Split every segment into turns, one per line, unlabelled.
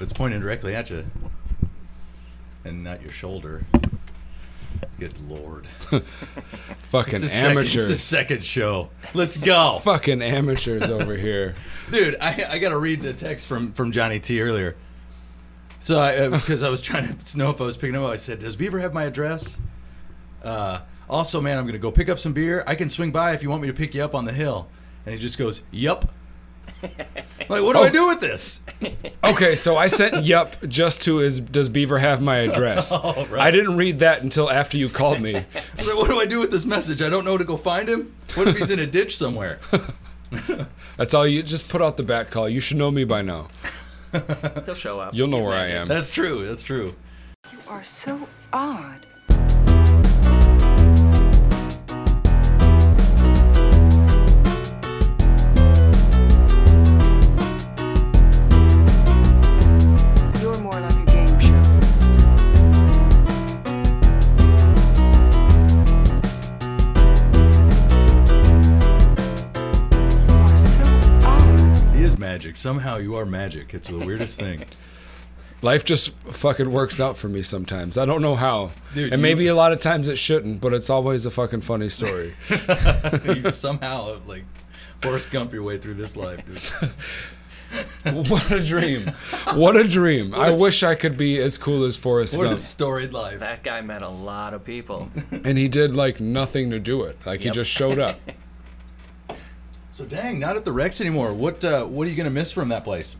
It's pointing directly at you, and not your shoulder. Good lord!
Fucking
It's a second-
amateurs.
it's a second show. Let's go.
Fucking amateurs over here.
dude i, I gotta read the text from from johnny t earlier so i because i was trying to know if i was picking him up i said does beaver have my address uh, also man i'm gonna go pick up some beer i can swing by if you want me to pick you up on the hill and he just goes yup I'm like what do i do with this
Okay, so I sent yup just to his does Beaver have my address?
Oh, right.
I didn't read that until after you called me.
I was like, what do i do with this message i don't know to go find him what if he's in a ditch somewhere
That's all you just put out the bat call. You should know me by now.
He'll show up.
You'll know
He's
where I
magic.
am.
that's true that's true
You are so odd. You're more like a game show host. You are so odd.
he is magic somehow you are magic it's the weirdest thing
Life just fucking works out for me sometimes. I don't know how.
Dude,
and
you-
maybe a lot of times it shouldn't, but it's always a fucking funny story.
you somehow like Forrest Gump your way through this life dude.
what a dream. What a dream. I
a s-
wish I could be as cool as Forrest
what a
Gump.
storied life
That guy met a lot of people.
And he did like nothing to do it. Like he
Yep.
just showed up.
So dang, not at the Rex anymore. What uh, what are you gonna miss from that place?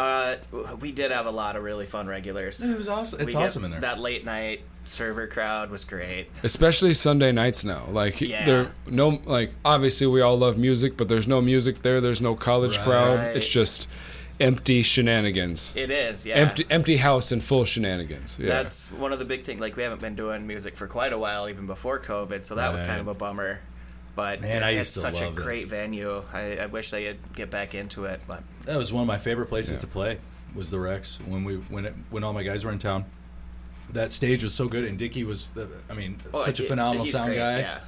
Uh, we did have a lot of really fun regulars.
It was awesome. It's
We get-
awesome in there.
That late night server crowd was great.
especially Sunday nights now. Like
Yeah.
there no like obviously we all love music, but there's no music there. There's no college
Right.
crowd. It's just empty shenanigans.
It is, yeah.
Empty empty house and full shenanigans. Yeah.
That's one of the big things. Like we haven't been doing music for quite a while, even before COVID. So that was
Right.
kind of a bummer. But
Man, I
it's
used to
such
love
a
that.
great venue. I, I wish they would get back into it. But
That was one of my favorite places to play. Was the Rex when we when it, when all my guys were in town. That stage was so good, and Dickie was, uh, I mean,
Oh,
such a
he-
phenomenal
he's
sound
great,
guy.
Yeah.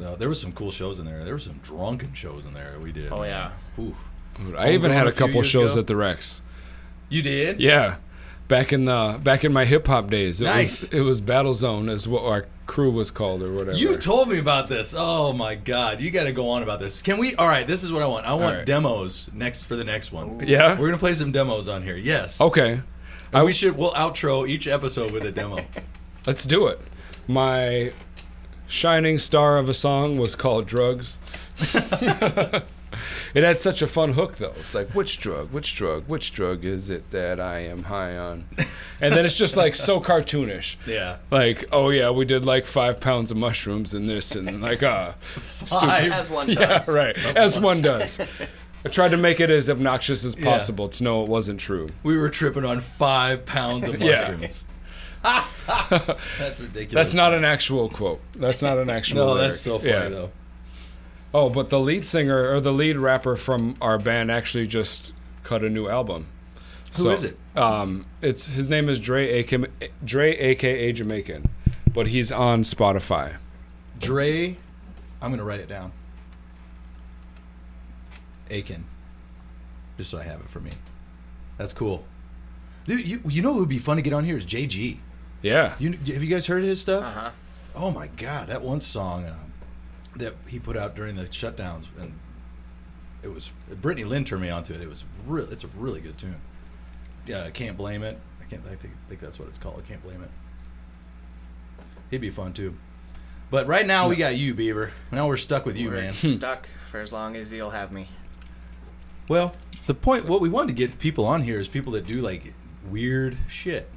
No, there was some cool shows in there. There were some drunken shows in there that we did.
Oh,
man.
yeah.
Whew.
I even
Homegrown
had a
a few
couple
years
shows
ago.
at the Rex.
You did?
Yeah. Back in the back in my hip hop days. It
Nice.
was it was Battle Zone is what our crew was called or whatever.
You told me about this. Oh my God, you got to go on about this. Can we? All right, this is what I want. I want
right.
demos next for the next one.
Yeah? Oh,
we're gonna play some demos on here. Yes.
Okay.
And we should. We'll outro each episode with a demo.
Let's do it. My shining star of a song was called Drugs. it had such a fun hook, though. It's like, which drug, which drug, which drug is it that I am high on? And then it's just like so cartoonish.
yeah.
Like, oh yeah, we did like five pounds of mushrooms and this and like, uh,
Five.
As one
yeah,
does.
right, as one does. I tried to make it as obnoxious as possible to know it wasn't true.
We were tripping on five pounds of
Yeah.
mushrooms. that's ridiculous.
That's not an actual quote. That's not an actual.
No,
lyric.
that's so funny
Yeah.
though.
Oh, but the lead singer or the lead rapper from our band actually just cut a new album. Who is
is it?
Um, it's his name is Dre, aka, Dre, aka Jamaican, but he's on Spotify.
Dre, I'm gonna write it down. Aiken, just so I have it for me. That's cool. Dude, you you know who would be fun to get on here is JG.
Yeah,
You have you guys heard of his stuff? Uh-huh. Oh my god, that one song um, that he put out during the shutdowns, and it was Brittany Lynn turned me onto it. It was real. It's a really good tune. Yeah, I can't blame it. I can't. I think, think that's what it's called. I can't blame it. He'd be fun too. But right now we got you, Beaver. Now we're stuck with you,
We're
man.
stuck for as long as you'll have me.
Well, the point. What we wanted to get people on here is people that do like weird shit.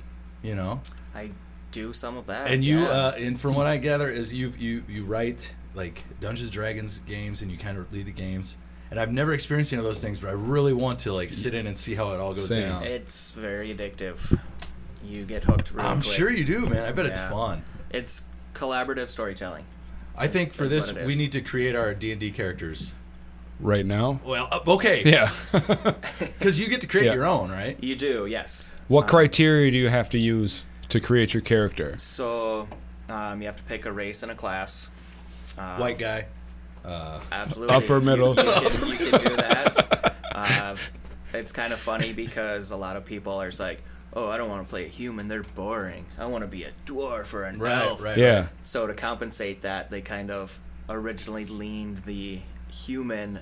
You know,
I do some of that.
And you,
yeah.
uh, and from what I gather, is you you you write like Dungeons and Dragons games, and you kind of lead the games. And I've never experienced any of those things, but I really want to like sit in and see how it all goes
Same.
down.
it's very addictive. You get hooked. Real
I'm
quick.
sure you do, man. I bet it's
Yeah.
fun.
It's collaborative storytelling.
I think for
That's
this,
what it
we
is.
need to create our D and D characters.
right now.
Well, uh, okay,
Yeah.
because you get to create
Yeah.
your own, right?
You do, yes.
what criteria do you have to use to create your character?
So um, you have to pick a race and a class. Um,
White guy.
Absolutely.
Upper middle.
You, you can, you can do that. Uh, It's kind of funny because a lot of people are just like, "Oh, I don't want to play a human. They're boring. I want to be a dwarf or an
Right,
elf."
right.
Yeah.
So to compensate that, they kind of originally leaned the human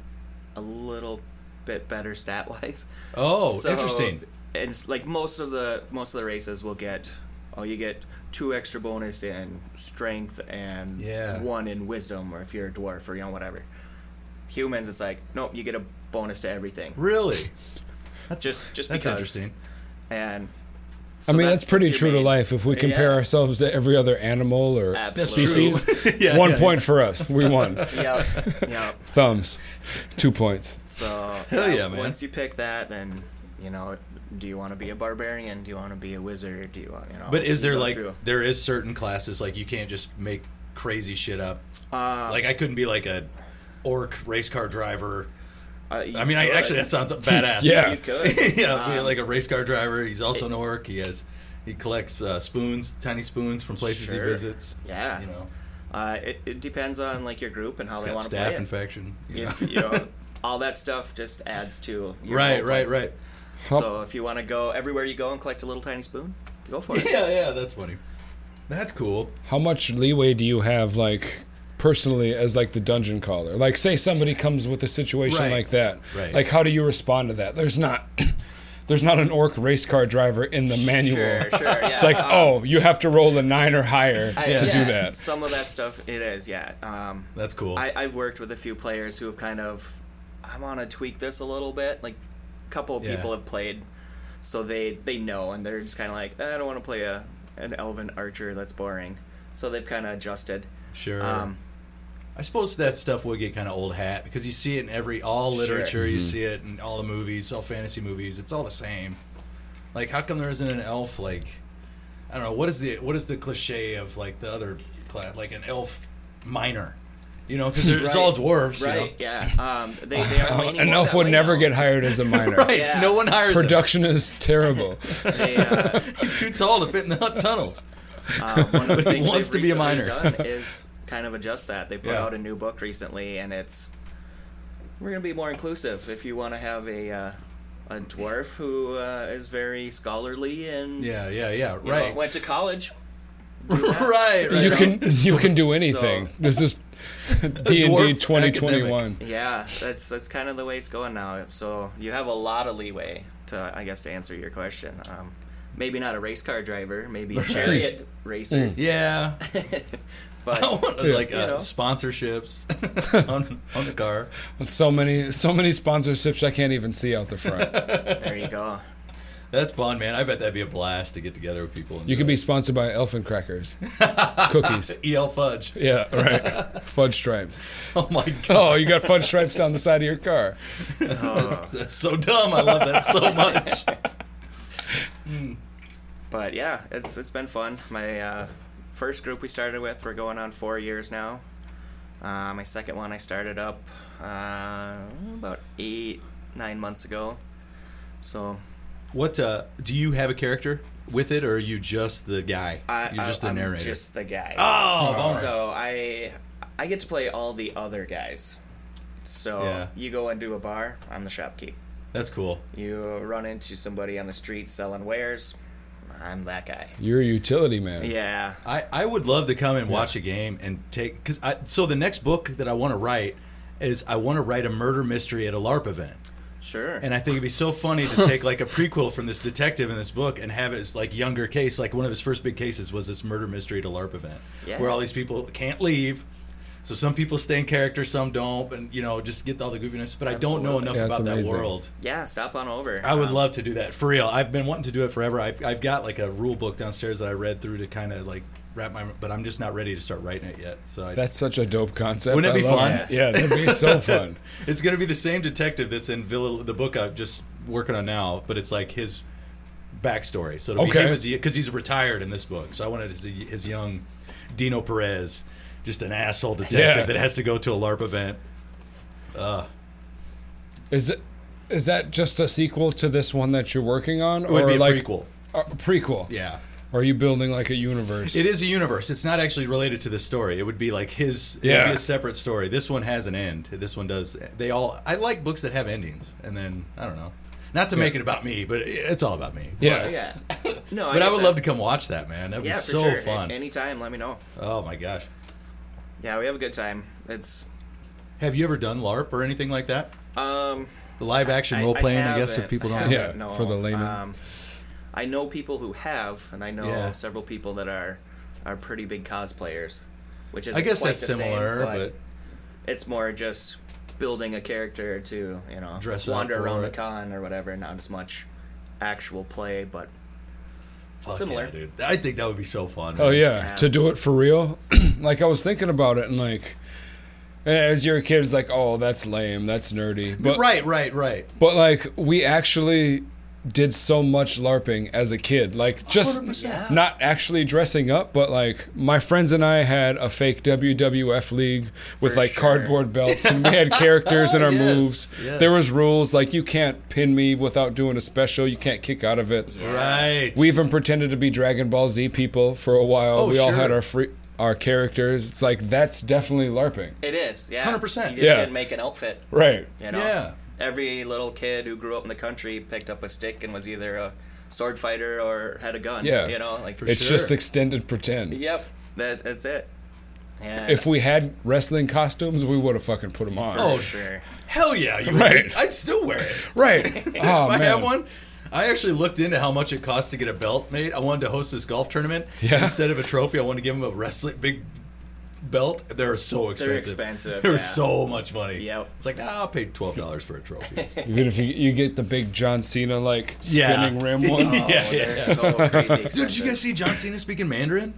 a little bit better stat wise.
Oh,
So-
interesting.
And it's like most of the most of the races will get oh you get two extra bonus in strength and
Yeah.
one in wisdom or if you're a dwarf or you know whatever. Humans it's like nope, you get a bonus to everything.
Really? That's
Just just
that's
because.
interesting.
And
I
so
mean, that's, pretty
your
true to
main-
life. If we compare
Yeah.
ourselves to every other animal or
Absolutely.
species,
Yeah,
one
yeah,
point for us. We won.
Yep. Yep.
Thumbs, two points.
So
Hell yeah, man.
Once you pick that, then you know, do you want to be a barbarian? Do you want to be a wizard? Do you want you know?
But is
you
there
go
like
through.
there is certain classes like you can't just make crazy shit up.
Uh,
like I couldn't be like a orc race car driver.
Uh, you
I mean, I,
could.
actually that sounds badass.
Yeah.
you could.
yeah, be
Um,
like a race car driver. He's also an orc. He has he collects uh, spoons, tiny spoons from places
Sure.
he visits.
yeah.
You know,
uh, it, it depends on like your group and how
he's
they
got
want to play
staph
it.
infection. You know?
If, you know, all that stuff just adds to your
right,
role play.
right, right.
So if you want to go everywhere you go and collect a little tiny spoon, go for it.
Yeah, yeah, that's funny. That's cool.
How much leeway do you have, like personally, as like the dungeon caller? Like, say somebody comes with a situation
Right.
like that.
Right.
Like, how do you respond to that? There's not, there's not an orc race car driver in the manual.
Sure, sure. Yeah.
It's like, oh, you have to roll a nine or higher
I-
to
yeah,
do that.
Some of that stuff it is, yeah. Um,
That's cool.
I, I've worked with a few players who have kind of, I want to tweak this a little bit. Like, a couple of
Yeah.
people have played, so they they know, and they're just kind of like, "Eh, I don't want to play a an elven archer. That's boring. So they've kind of adjusted.
sure.
Um,
I suppose that stuff would get kind of old hat because you see it in every all literature, you
Mm-hmm.
see it in all the movies, all fantasy movies. It's all the same. Like, how come there isn't an elf? Like, I don't know. What is the what is the cliche of like the other class, like an elf minor? You know, because it's all
Right.
dwarves, you know?
right? Yeah. Um, they, they are leaning
An
more
elf
that
would
way
never
now.
get hired as a miner.
Right.
Yeah.
No one hires him.
Production is terrible.
They, uh,
He's too tall to fit in the hot tunnels.
Uh, one of the
But he
things
wants to
they've
be a
recently
minor.
done is kind of adjust that. They put
Yeah.
out a new book recently, and it's we're going to be more inclusive. If you want to have a uh, a dwarf who uh, is very scholarly and
Yeah, yeah, yeah.
you know,
Right.
went to college,
right, right.
you
right.
can you can do anything.
So-
This is D and D
dwarf
twenty twenty one.
yeah, that's that's kind of the way it's going now. So you have a lot of leeway to, I guess, to answer your question. Um, maybe not a race car driver, maybe a chariot racer,
Mm. Yeah.
but
I want, like
You
uh,
know.
sponsorships on, on the car.
So many so many sponsorships I can't even see out the front.
there you go.
That's fun, man. I bet that'd be a blast to get together with people. And uh,
You could be sponsored by Elfin Crackers, cookies.
EL Fudge.
Yeah, right. Fudge stripes.
Oh my god,
Oh, you got fudge stripes down the side of your car.
Oh.
that's so dumb. I love that so much.
but yeah, it's it's been fun. My uh, first group we started with, we're going on four years now. Uh, my second one I started up uh, about eight nine months ago. So
What uh, do you have a character with it, or are you just the guy?
I,
You're just the
I, am
narrator.
just the guy.
Oh, bummer.
so I I get to play all the other guys. So
Yeah.
you go into a bar, I'm the shopkeep.
that's cool.
You run into somebody on the street selling wares, I'm that guy.
You're a utility man.
Yeah,
I, I would love to come and watch a game and take because I so the next book that I want to write is I want to write a murder mystery at a LARP event.
sure.
And I think it'd be so funny to take like a prequel from this detective in this book and have his like younger case, like one of his first big cases was this murder mystery at a LARP event,
Yeah.
where all these people can't leave. So some people stay in character, some don't, and you know just get all the goofiness. But I don't know
Absolutely.
enough
Yeah, it's
about that
amazing.
world.
yeah, stop on over.
I would
Um,
love to do that for real. I've been wanting to do it forever. I've, I've got like a rule book downstairs that I read through to kind of like wrap my, but I'm just not ready to start writing it yet. So I,
That's such a dope concept.
Wouldn't it
I
be
love
fun?
Yeah, that'd be so fun.
It's going to be the same detective that's in Villa, the book I'm just working on now, but it's like his backstory. So it'll
Okay.
be him as because he's retired in this book. So I wanted his, his young Dino Perez, just an asshole detective
Yeah.
that has to go to a LARP event.
Is it? Is that just a sequel to this one that you're working on,
It would
or
be a
like
prequel.
a prequel?
Yeah.
Or are you building like a universe?
It is a universe. It's not actually related to the story. It would be like his. It would
Yeah.
be a separate story. This one has an end. This one does. They all. I like books that have endings. And then I don't know. Not to make it about me, but it's all about me.
Yeah.
Oh, Yeah. No,
But I
get
would
that.
love to come watch that, man. That was
Yeah, for
so
sure.
fun.
Anytime, let me know.
oh my gosh.
Yeah, we have a good time. It's
Have you ever done LARP or anything like that?
um
The live action
I-
role
I
playing, I, guess,
haven't-
if people
I
don't.
Yeah.
haven't, no. um,
for the layman.
I know people who have, and I know
Yeah.
several people that are are pretty big cosplayers, which is
I guess
quite
that's
the same,
similar, but,
it's more just building a character to you know
Dress up
wander
for
around the
it.
con or whatever. Not as much actual play, but
fuck
similar.
yeah, dude. I think that would be so fun.
Oh
man.
yeah,
Yeah.
to do it for real. like I was thinking about it, and like as you're a kid, it's like, oh, that's lame, that's nerdy. But
right, right, right.
but like we actually did so much larping as a kid like just
100%.
not actually dressing up but like my friends and i had a fake wwf league with
For
like
sure.
cardboard belts and we had characters and our
Yes,
moves
yes.
there was rules like you can't pin me without doing a special you can't kick out of it
Right.
we even pretended to be Dragon Ball Z people for a while.
Oh,
we all
sure.
had our free our characters. It's like that's definitely LARPing.
it is yeah,
100%.
You just
Yeah.
can make an outfit.
Right.
You know,
Yeah.
every little kid who grew up in the country picked up a stick and was either a sword fighter or had a gun.
Yeah.
you know, like
For
It's
sure.
just extended pretend.
Yep, that, that's it. And
If we had wrestling costumes, we would have fucking put them on.
for
Oh.
sure.
Hell yeah, you
Right.
would. I'd still wear it.
Right.
if
Oh,
I
man.
had one. I actually looked into how much it costs to get a belt made. I wanted to host this golf tournament.
Yeah.
Instead of a trophy, I wanted to give them a wrestling big belt. They're so expensive.
expensive,
They're
yeah.
so much money.
Yep.
It's like, nah, I'll pay twelve dollars for a trophy. It's-
Even if you, you get the big John Cena like
Yeah.
spinning rim one.
Yeah,
Oh,
yeah,
they're
yeah.
so
Dude,
crazy
did you
expensive.
guys see John Cena speaking Mandarin?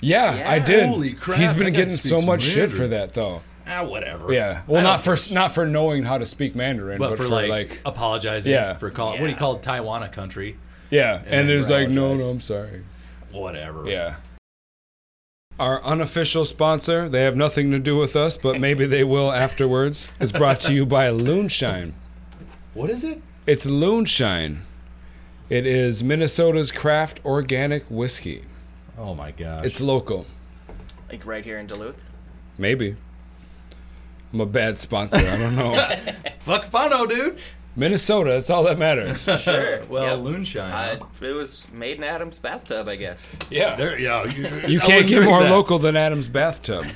Yeah,
Yeah.
I did.
Holy crap,
He's
that
been
guy
getting so
speaks
much shit
Mandarin.
for that though.
Ah, whatever.
Yeah.
I
Well,
don't-
not for s- not for knowing how to speak Mandarin,
but, for, like,
like
apologizing
Yeah.
for calling what do you
Yeah.
call it, Taiwan a country?
yeah, and,
then
there's like no,
apologize.
no, I'm sorry.
Whatever.
Yeah. Our unofficial sponsor, they have nothing to do with us, but maybe they will afterwards, is brought to you by Loonshine.
What is it?
It's Loonshine. It is Minnesota's craft organic whiskey.
Oh my god.
It's local.
like right here in Duluth.
Maybe. I'm a bad sponsor. I don't know.
fuck Fano, dude.
Minnesota, that's all that matters.
Sure.
Well,
Yep.
Loonshine.
Uh,
huh?
it was made in Adam's bathtub, I guess.
Yeah.
There, yeah, you,
You
I
can't
wouldn't
get
drink
more
that.
local than Adam's bathtub.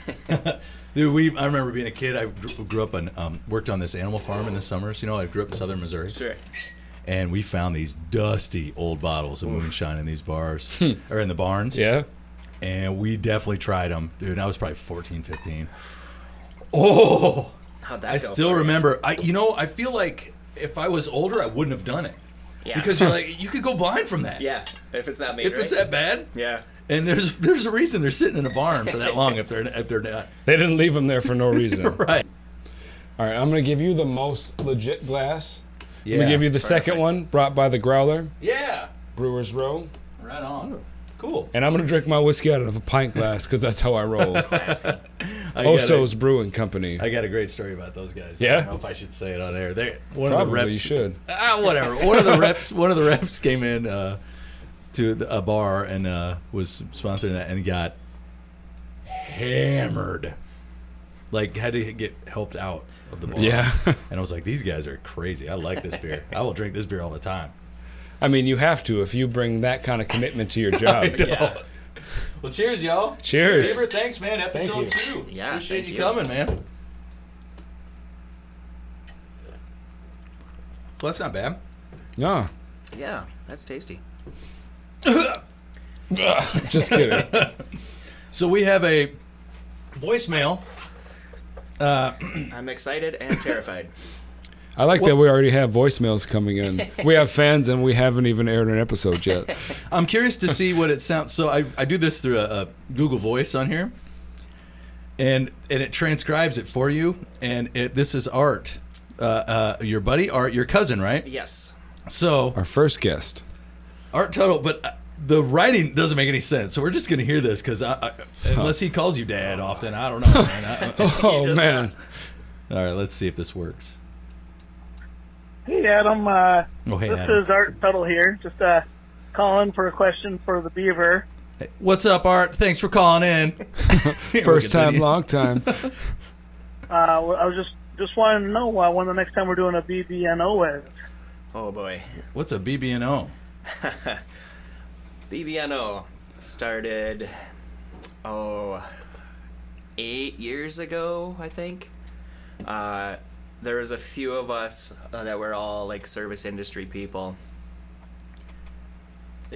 Dude, we. I remember being a kid. I gr- grew up on, um, worked on this animal farm in the summers. You know, I grew up in southern Missouri,
Sure.
and we found these dusty old bottles of moonshine in these bars or in the barns.
Yeah.
and we definitely tried them, dude. and I was probably 14, 15. Oh,
How'd that
I
go
still
for you?
remember. I, you know, I feel like if I was older, I wouldn't have done it
Yeah.
because you're like, you could go blind from that.
yeah, if it's not made
if
right.
it's that bad.
yeah.
And there's there's a reason they're sitting in a barn for that long if they're if they're not
They didn't leave him there for no reason.
right.
All right, I'm gonna give you the most legit glass.
Yeah.
I'm gonna give you the second
Perfect.
one brought by the Growler,
yeah.
Brewers Row,
Right on. Cool.
and I'm gonna drink my whiskey out of a pint glass because that's how I roll.
I
Oso's Brewing Company.
got a, I got a great story about those guys. I
Oh, Yeah?
don't know if I should say it on air. They one of the
Probably
reps
you should.
ah, whatever. One of the reps, one of the reps came in uh, to the, a bar and uh, was sponsoring that and got hammered. Like had to get helped out of the bar.
Yeah.
And I was like, these guys are crazy. I like this beer. I will drink this beer all the time.
I mean, you have to if you bring that kind of commitment to your job.
Yeah.
Well, cheers, y'all.
Cheers.
Favorite, thanks, man. Episode
Thank
two.
Yeah,
Appreciate
thank
you
you.
coming, man. Well, that's not bad.
No,
Yeah, that's tasty.
just kidding.
So we have a voicemail.
I'm excited and terrified.
I like that we already have voicemails coming in. We have fans, and we haven't even aired an episode yet.
I'm curious to see what it sounds. So I, I do this through a, a Google Voice on here, and and it transcribes it for you. And it, this is Art, uh, uh, your buddy Art, your cousin, right?
yes.
So
Our first guest.
Art Tuttle, but uh, the writing doesn't make any sense. So we're just gonna hear this because I, I, unless he calls you dad often, I don't know. Man. I-
Oh man,
all right, let's see if this works.
Hey, Adam. Uh,
Oh, hey,
this
Adam.
is Art Tuttle here. Just uh, calling for a question for the Beaver.
What's up, Art? Thanks for calling in. Here,
first
we'll
time,
continue.
long time.
Uh, well, I was just just wanting to know uh, when the next time we're doing a BBNO is.
Oh boy.
What's a BB&O?
BBNO started, oh, eight years ago, I think. Uh, there was a few of us uh, that were all like service industry people.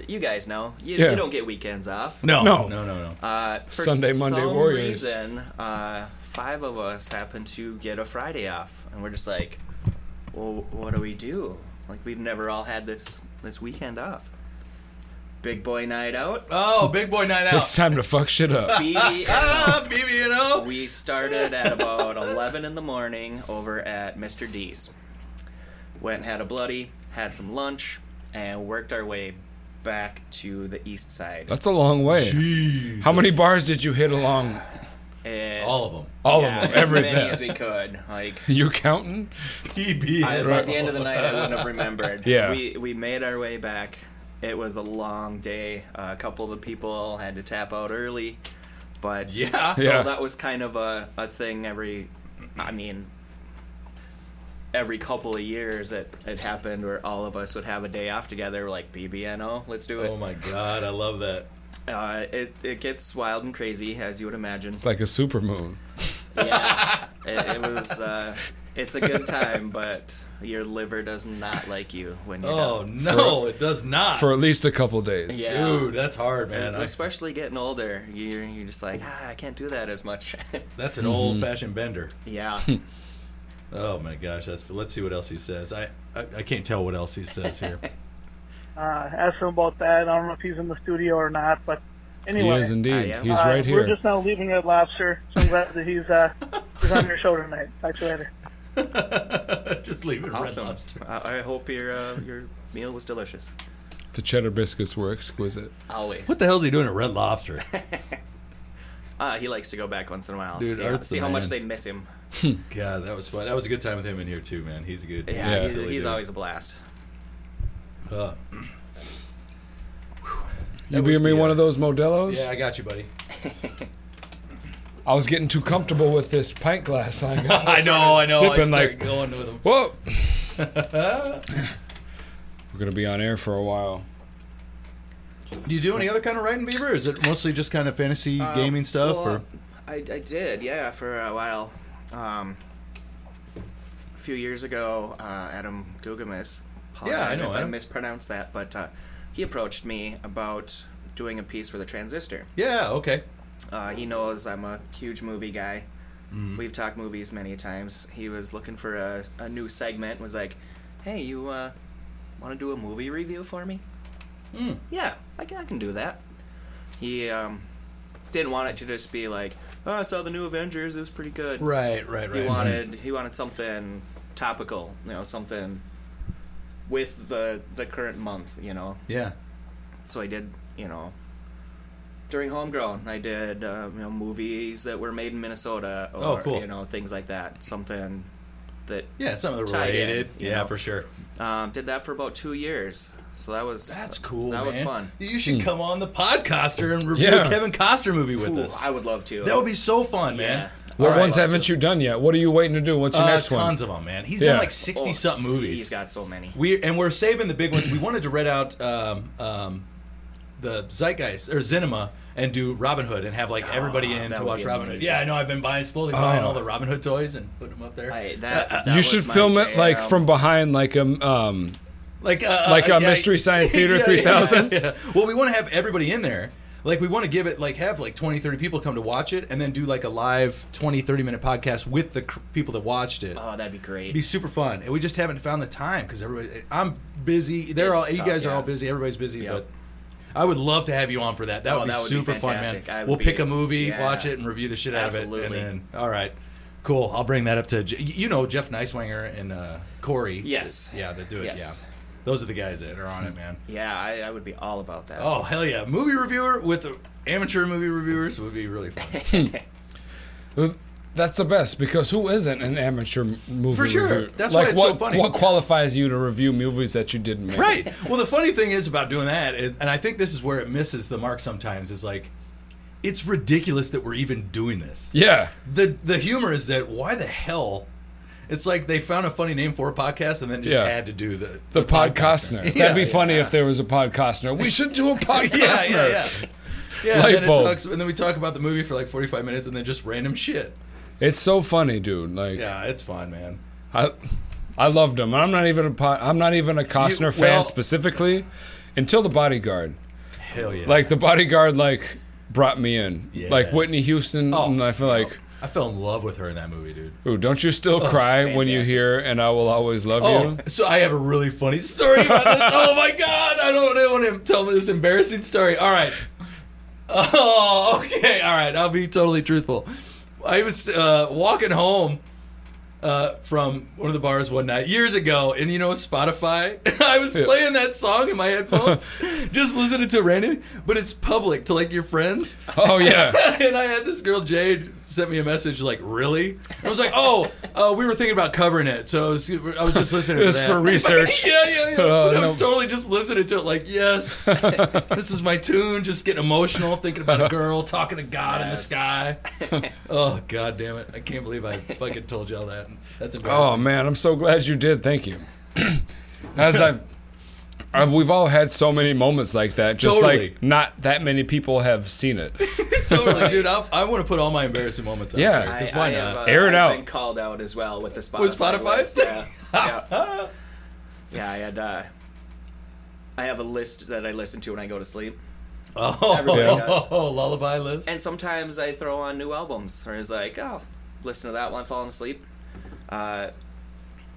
You guys know. You,
Yeah.
you don't get weekends off.
No,
No.
no, no, no.
Uh, for
Sunday, Monday
some
warriors.
reason, uh, five of us happened to get a Friday off, and we're just like, "Well, what do we do? Like, we've never all had this this weekend off. Big boy night out.
Oh, big boy night out.
It's time to fuck shit up.
BBNO.
Ah, BB&O.
we started at about 11 in the morning over at Mr. D's. Went and had a bloody, had some lunch, and worked our way back to the east side.
That's a long way.
Jeez.
How many bars did you hit along?
And-
All of them.
All
yeah,
of them.
as
Every
many as we could. Like
You counting?
BB&O.
I, by the end of the night, I wouldn't have remembered.
Yeah.
We, we made our way back. It was a long day. Uh, a couple of the people had to tap out early. But
Yeah.
so
Yeah.
that was kind of a, a thing every, I mean, every couple of years it, it happened where all of us would have a day off together. We're like, BBNO, let's do it.
Oh my god, I love that.
Uh, it. It gets wild and crazy, as you would imagine.
It's like a super moon.
yeah, it, it was. Uh, it's a good time, but your liver does not like you when you're
Oh
done.
no, it does not.
for at least a couple days.
Yeah.
Dude, that's hard, man. I,
Especially getting older, you're, you're just like, ah, I can't do that as much.
that's an old-fashioned bender.
yeah.
Oh my gosh, that's. Let's see what else he says. I I, I can't tell what else he says here.
Uh, ask him about that. I don't know if he's in the studio or not, but
He
anyway,
is
I
indeed.
am.
He's
uh,
right
we're
here.
just now leaving Red Lobster, so I'm glad that he's uh, he's on your show tonight. Talk to you later.
Just leave it
Awesome.
red lobster.
I, I hope your uh, your meal was delicious.
The cheddar biscuits were exquisite.
Always.
What the hell's he doing at Red Lobster?
Ah, he likes to go back once in a while.
Dude,
see, how-
Art's the
see how much
man.
they miss him.
God, that was fun. That was a good time with him in here too, man. He's a good.
Yeah,
Yeah.
he's,
silly
he's
dude.
always a blast.
Uh,
You beer
was
me
the,
one
uh,
of those Modelo's?
yeah, I got you, buddy.
I was getting too comfortable with this pint glass. I got.
I know, I know.
Sipping
I started
like-
going with him.
Whoa! We're gonna be on air for a while.
Do you do any other kind of writing, Beaver? Is it mostly just kind of fantasy gaming stuff?
Uh, Well,
or
I, I did, yeah, for a while. Um, a few years ago, uh, Adam Gugamis, apologize
Yeah, I know
if I
Adam.
mispronounced that, but uh, he approached me about doing a piece for the Transistor.
yeah, okay.
Uh, he knows I'm a huge movie guy.
Mm-hmm.
We've talked movies many times. He was looking for a, a new segment. Was like, "Hey, you uh, want to do a movie review for me?"
Mm.
Yeah, I can, I can do that. He um, didn't want it to just be like, "Oh, I saw the new Avengers. It was pretty good."
Right, right, right.
He wanted he wanted something topical. You know, something with the the current month. You know,
Yeah.
so I did, you know, during homegrown, I did uh, you know movies that were made in Minnesota or
Oh, cool.
you know things like that. Something that
Yeah, some of the
Tie in,
related.
you
yeah,
know.
for sure.
um, did that for about two years. So that was
That's cool.
That was
man.
fun.
You should come on the podcaster and review
Hmm. Yeah.
a Kevin Costner movie with
Ooh,
us.
I would love to.
that would be so fun, man.
Yeah.
What
All right.
ones haven't you done yet? What are you waiting to do? What's your
Uh,
next one?
tons of them, man. He's
Yeah.
done like sixty
Oh,
something movies.
He's got so many.
We and we're saving the big ones. We wanted to read out um, um, the Zeitgeist or Cinema and do Robin Hood and have like everybody in
Ah, that
to
would
watch
be
Robin Hood.
amazing.
Yeah, I know. I've been buying slowly buying
Oh.
all the Robin Hood toys and putting them up there.
I,
uh,
that, that
you
was
should
my
film it like
jam.
from behind, like um, um
Like uh,
Like,
uh,
uh, Mystery Science Theater 3000?
yeah, yeah. Well, we want to have everybody in there. Like we want to give it like have like 20 30 people come to watch it and then do like a live 20 30 minute podcast with the cr- people that watched it.
Oh, that'd be great.
It'd be super fun. And we just haven't found the time because everybody. I'm busy. They're all.
It's
You
tough,
guys are
yeah.
all busy. Everybody's busy.
Yep.
But I would love to have you on for that. That
Oh,
would be
that would be
super fun, man.
fantastic. I would
we'll
be-
pick a movie,
yeah.
watch it, and review the shit out of it.
Absolutely.
And then, all right, cool. I'll bring that up to J- you know Jeff Nicewanger and uh, Corey.
Yes.
Yeah, that do it.
Yes.
Yeah, those are the guys that are on it, man.
yeah, I, I would be all about that.
Oh hell yeah! Movie reviewer with the amateur movie reviewers would be really fun.
That's the best because who isn't an amateur m- movie
For sure.
reviewer?
That's
like,
why it's so
what,
funny.
What qualifies you to review movies that you didn't make?
right. Well, the funny thing is about doing that, is- and I think this is where it misses the mark sometimes. Is like, it's ridiculous that we're even doing this.
Yeah.
the the humor is that why the hell It's like they found a funny name for a podcast and then just
Yeah.
had to do the
The, Pod Costner. That'd be
Yeah.
funny if there was a Pod Costner. We should do a Pod
Yeah,
Costner.
yeah, yeah. Yeah,
Light
and then, it
bulb.
talks, and then we talk about the movie for like 45 minutes and then just random shit.
It's so funny, dude. Like
Yeah, it's fun, man.
I, I loved him. I'm not even a pod, I'm not even a Costner
You-
fan
well-
specifically, until the Bodyguard.
Hell yeah.
Like the Bodyguard, like brought me in. Like
Yes.
Whitney Houston,
Oh,
and I feel like,
I fell in love with her in that movie, dude.
ooh, don't you still cry when you
fantastic.
hear "And I Will Always Love
Oh,
You"?
so I have a really funny story about this. Oh my god, I don't want him to tell me this embarrassing story. All right. Oh, okay. All right. I'll be totally truthful. I was uh, walking home uh, from one of the bars one night years ago, and you know Spotify. I was
Yeah.
playing that song in my headphones, just listening to it randomly. But it's public to like your friends
Oh yeah.
and I had this girl Jade sent me a message like, "Really?" I was like, "Oh, uh, we were thinking about covering it, so I was, I was just listening
It was
to that.
for research.
yeah, yeah, yeah.
Oh,
But I was
no.
totally just listening to it, like, "Yes, this is my tune." Just getting emotional, thinking about a girl talking to God in the
Yes.
sky. oh God damn it! I can't believe I fucking told y'all that. That's
Oh
embarrassing.
man, I'm so glad you did. Thank you. As I, I, we've all had so many moments like that. Just
Totally.
like not that many people have seen it.
totally, dude. I, I want to put all my embarrassing moments. out
Oh, Yeah.
there,
I,
'cause why
I
not?
have, uh,
Air it
I've
out.
Been called out as well with the Spotify.
With Spotify?
list, Yeah, yeah. yeah, I had. Uh, I have a list that I listen to when I go to sleep,
oh,
uh, everybody does.
lullaby list.
and sometimes I throw on new albums, or it's like, oh, listen to that while I'm falling asleep. Uh,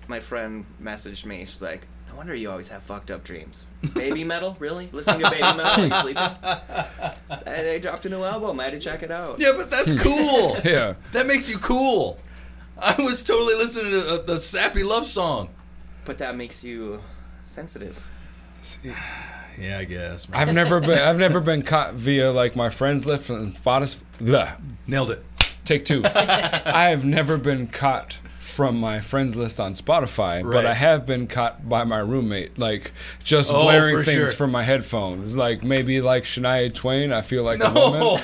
my friend messaged me. She's like, "No wonder you always have fucked up dreams. Baby metal, really? Listening to baby metal like sleeping? I, they dropped a new album. I had to check it out.
Yeah, but that's cool.
Yeah.
That makes you cool. I was totally listening to a, the sappy love song.
But that makes you sensitive.
Yeah, I guess.
I've never been I've never been caught via like my friends list and Spotify. Blah.
Nailed it.
Take two. I have never been caught from my friends list on Spotify,
Right.
but I have been caught by my roommate, like just
Oh,
blaring
for
things
sure.
from my headphones. Like maybe like Shania Twain, I feel like a woman.
No.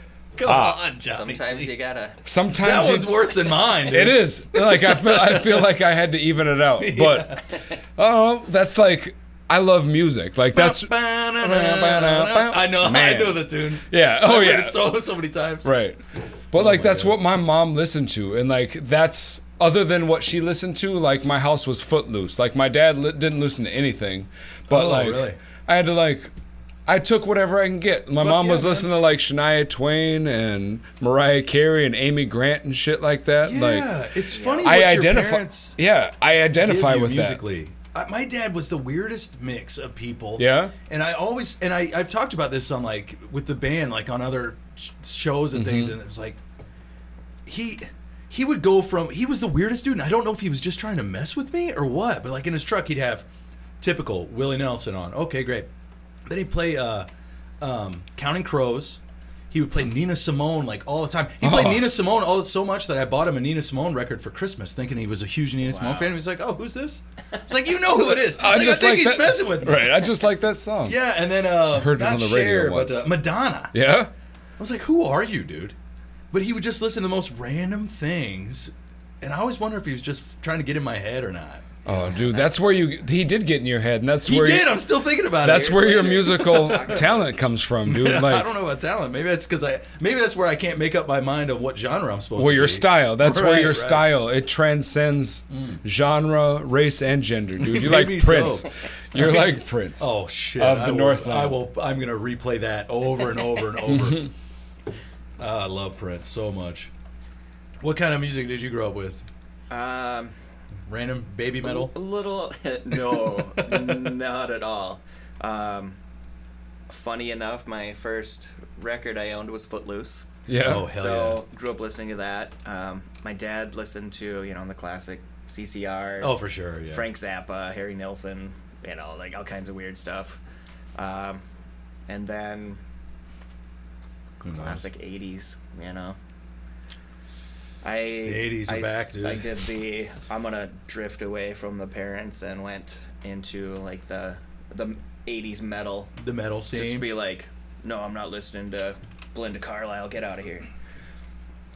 Come
Ah.
on, Johnny.
Sometimes you gotta.
Sometimes
that
you-
one's worse than mine. Dude.
It is like I feel. I feel like I had to even it out, but oh, that's like I love music. Like that's
I know. I
Man.
know the tune.
yeah. Oh
I've heard
yeah.
it so so many times.
Right. But like
Oh my
that's
God.
what my mom listened to and like that's other than what she listened to like my house was footloose. Like my dad li- didn't listen to anything. But
Oh,
like
really?
I had to like I took whatever I can get. My mom
yeah,
was
man.
listening to like Shania Twain and Mariah Carey and Amy Grant and shit like that.
Yeah,
Like
it's funny.
I
what Your
identify
parents
Yeah, I
give
identify
you
with that.
musically. I, my dad was the weirdest mix of people.
Yeah?
and I always and I I've talked about this on like with the band, like on other sh- shows and
Mm-hmm.
things, and it was like he. He would go from he was the weirdest dude, and I don't know if he was just trying to mess with me or what. But like in his truck, he'd have typical Willie Nelson on. Okay, great. Then he'd play uh, um, Counting Crows. He would play Nina Simone like all the time. He played
Oh.
Nina Simone all so much that I bought him a Nina Simone record for Christmas, thinking he was a huge Nina Simone fan. He was like, "Oh, who's this?" It's like you know who it is.
I
Like,
just
I think
like
he's
that.
messing with me.
Right. I just like that song.
Yeah, and then uh,
heard it
not
on the radio
Cher,
once.
but uh, Madonna.
Yeah?
I was like, "Who are you, dude?" But he would just listen to the most random things, and I always wonder if he was just trying to get in my head or not.
Oh, dude, that's where you he did get in your head, and that's
He
where you-
did. I'm still thinking about it.
That's where your
later.
musical talent comes from, dude. Like,
I don't know about talent. Maybe that's because I. Maybe that's where I can't make up my mind of what genre I'm supposed
Well,
to.
your
be.
style. That's where
Right,
your
right.
style. It transcends genre, race, and gender, dude. You're
Maybe
like Prince.
so.
You're like Prince.
Oh shit!
Of the
I will-
Northland.
I will. I'm gonna replay that over and over and over. Ah, I love Prince so much. What kind of music did you grow up with?
Um,
Random baby metal.
A little. no, not at all. Um, funny enough, my first record I owned was Footloose.
yeah.
Oh hell
so grew up listening to that. Um, my dad listened to you know the classic CCR,
yeah! Oh for sure. Yeah.
Frank Zappa, Harry Nilsson, you know like all kinds of weird stuff. Um, and then
Who knows?
classic '80s, you know. I
The 80s are
I,
back,
s-
dude.
I did the I'm gonna drift away from the parents and went into like the the '80s metal.
The metal
Just
scene.
be like, no, I'm not listening to Belinda Carlisle. Get out of here.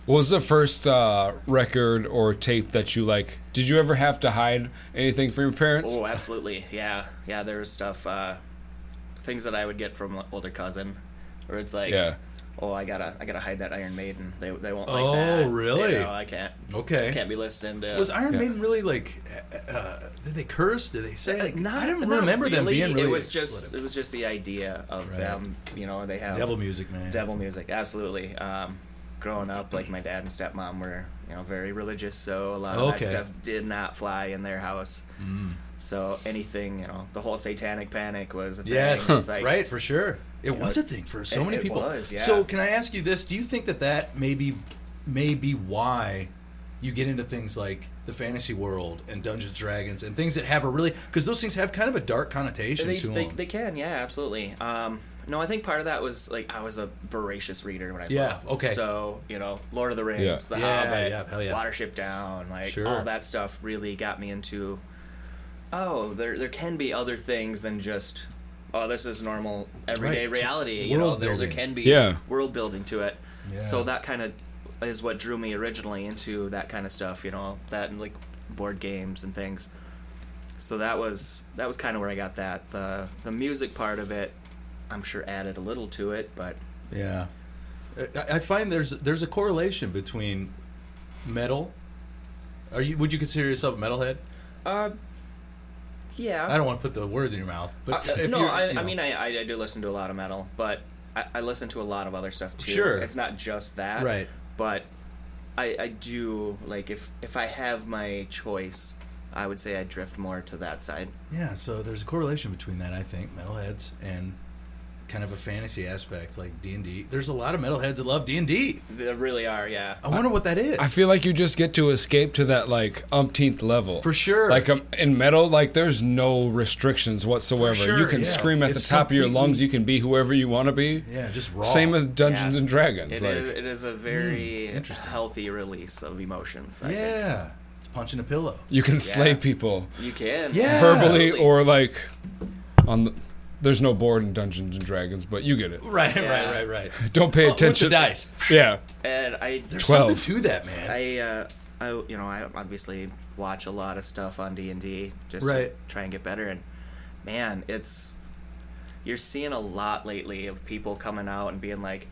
What was the first uh, record or tape that you like? Did you ever have to hide anything from your parents?
Oh, absolutely. Yeah. Yeah, there was stuff, uh, things that I would get from older cousin where it's like,
Yeah.
oh, I gotta, I gotta hide that Iron Maiden. They, they won't like
Oh,
that.
really?
You know, I can't,
Okay.
can't be listening to.
Was Iron Maiden really like? Uh, did they curse? Did they say? Like,
Uh, Not-
I don't
not
remember them
really.
being really.
It was just,
explicit.
it was just the idea of
Right.
them. You know, they have
devil music, man.
devil music absolutely um, growing up like my dad and stepmom were you know very religious so a lot of
Okay. Mm.
that stuff did not fly in their house so anything you know the whole satanic panic was a thing
Yes,
It's like,
right for sure. It was
know,
a thing for so
it-
many
it
people.
was, yeah.
So can I ask you this? Do you think that that maybe may be why you get into things like the fantasy world and Dungeons and Dragons and things that have a really because those things have kind of a dark connotation
they,
to
they,
them.
they can yeah absolutely um, no i think part of that was like i was a voracious reader when i
Yeah,
thought.
okay.
so you know lord of the rings
Yeah.
the
Yeah,
hobbit
yeah, hell yeah.
watership down like
Sure.
all that stuff really got me into oh there, there can be other things than just oh this is normal everyday
Right.
reality you know
World
there, there
building.
can be
Yeah.
world building to it
Yeah.
so that kind of is what drew me originally into that kind of stuff you know that and like board games and things so that was that was kind of where I got that the the music part of it. I'm sure added a little to it, but
yeah, I, I find there's there's a correlation between metal. Are you? Would you consider yourself a metalhead?
uh, yeah.
I don't want to put the words in your mouth, but
Uh,
if
no,
you're-
I,
you know.
I mean I, I I do listen to a lot of metal, but I, I listen to a lot of other stuff too.
Sure.
it's not just that,
Right.
But I I do like if if I have my choice, I would say I drift more to that side.
Yeah, so there's a correlation between that, I think, metalheads and kind of a fantasy aspect like D and D. There's a lot of metalheads that love D and D.
There really are, yeah.
I wonder what that is.
I feel like you just get to escape to that like umpteenth level
For sure.
Like um, in metal, like there's no restrictions whatsoever.
For sure,
you can
yeah.
scream at
It's
the top of your
completely-
lungs. You can be whoever you want to be.
yeah, just raw.
Same with Dungeons
Yeah.
and Dragons.
It is
like
it is a very
hmm, interesting.
healthy release of emotions. I think.
yeah, it's punching a pillow.
you can slay
Yeah.
people
You can.
Yeah.
verbally
Absolutely.
or like on the. There's no board in Dungeons and Dragons, but you get it.
Right,
Yeah.
right, right, right.
Don't pay
Oh, with the
attention.
dice.
Yeah.
And I
There's
12.
something to that, man.
I uh I you know, I obviously watch a lot of stuff on D&D just
Right.
to try and get better and man, it's you're seeing a lot lately of people coming out and being like,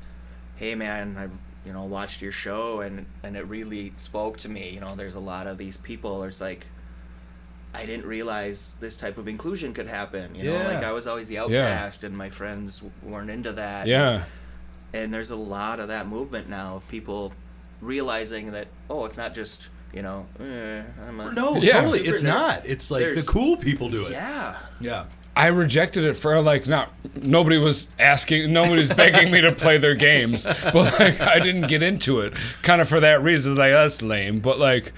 "Hey man, I you know, watched your show and and it really spoke to me." You know, there's a lot of these people it's like I didn't realize this type of inclusion could happen.
Yeah.
You know, like I was always the outcast, and my friends weren't into that
Yeah.
and there's a lot of that movement now of people realizing that oh it's not just you know eh, I'm a,
no,
Yeah.
totally,
Super
it's
nerd.
not. It's like
There's-
the cool people do it.
yeah
yeah.
I rejected it for like not nobody was asking nobody's begging me to play their games but like I didn't get into it kind of for that reason like that's lame but like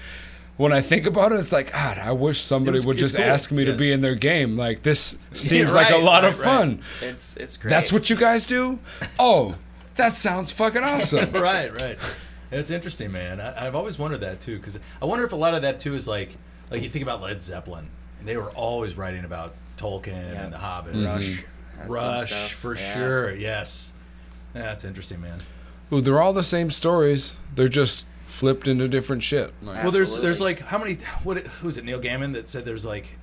when I think about it it's like god I wish somebody
was-
would
it's
just
cool.
ask me
Yes.
to be in their game like this seems like
right,
a lot of
right, right.
fun
it's it's great
that's what you guys do oh that sounds fucking awesome
right, right. That's interesting, man. I, I've always wondered that too, because I wonder if a lot of that too is like, like you think about Led Zeppelin, and they were always writing about Tolkien and The Hobbit, Mm-hmm. Rush,
That's some stuff,
Rush for
yeah.
sure. Yes, that's interesting, man.
Ooh, they're all the same stories they're just flipped into different shit like,
Well, there's there's
Absolutely.
like how many? What who's it? Neil Gaiman that said there's like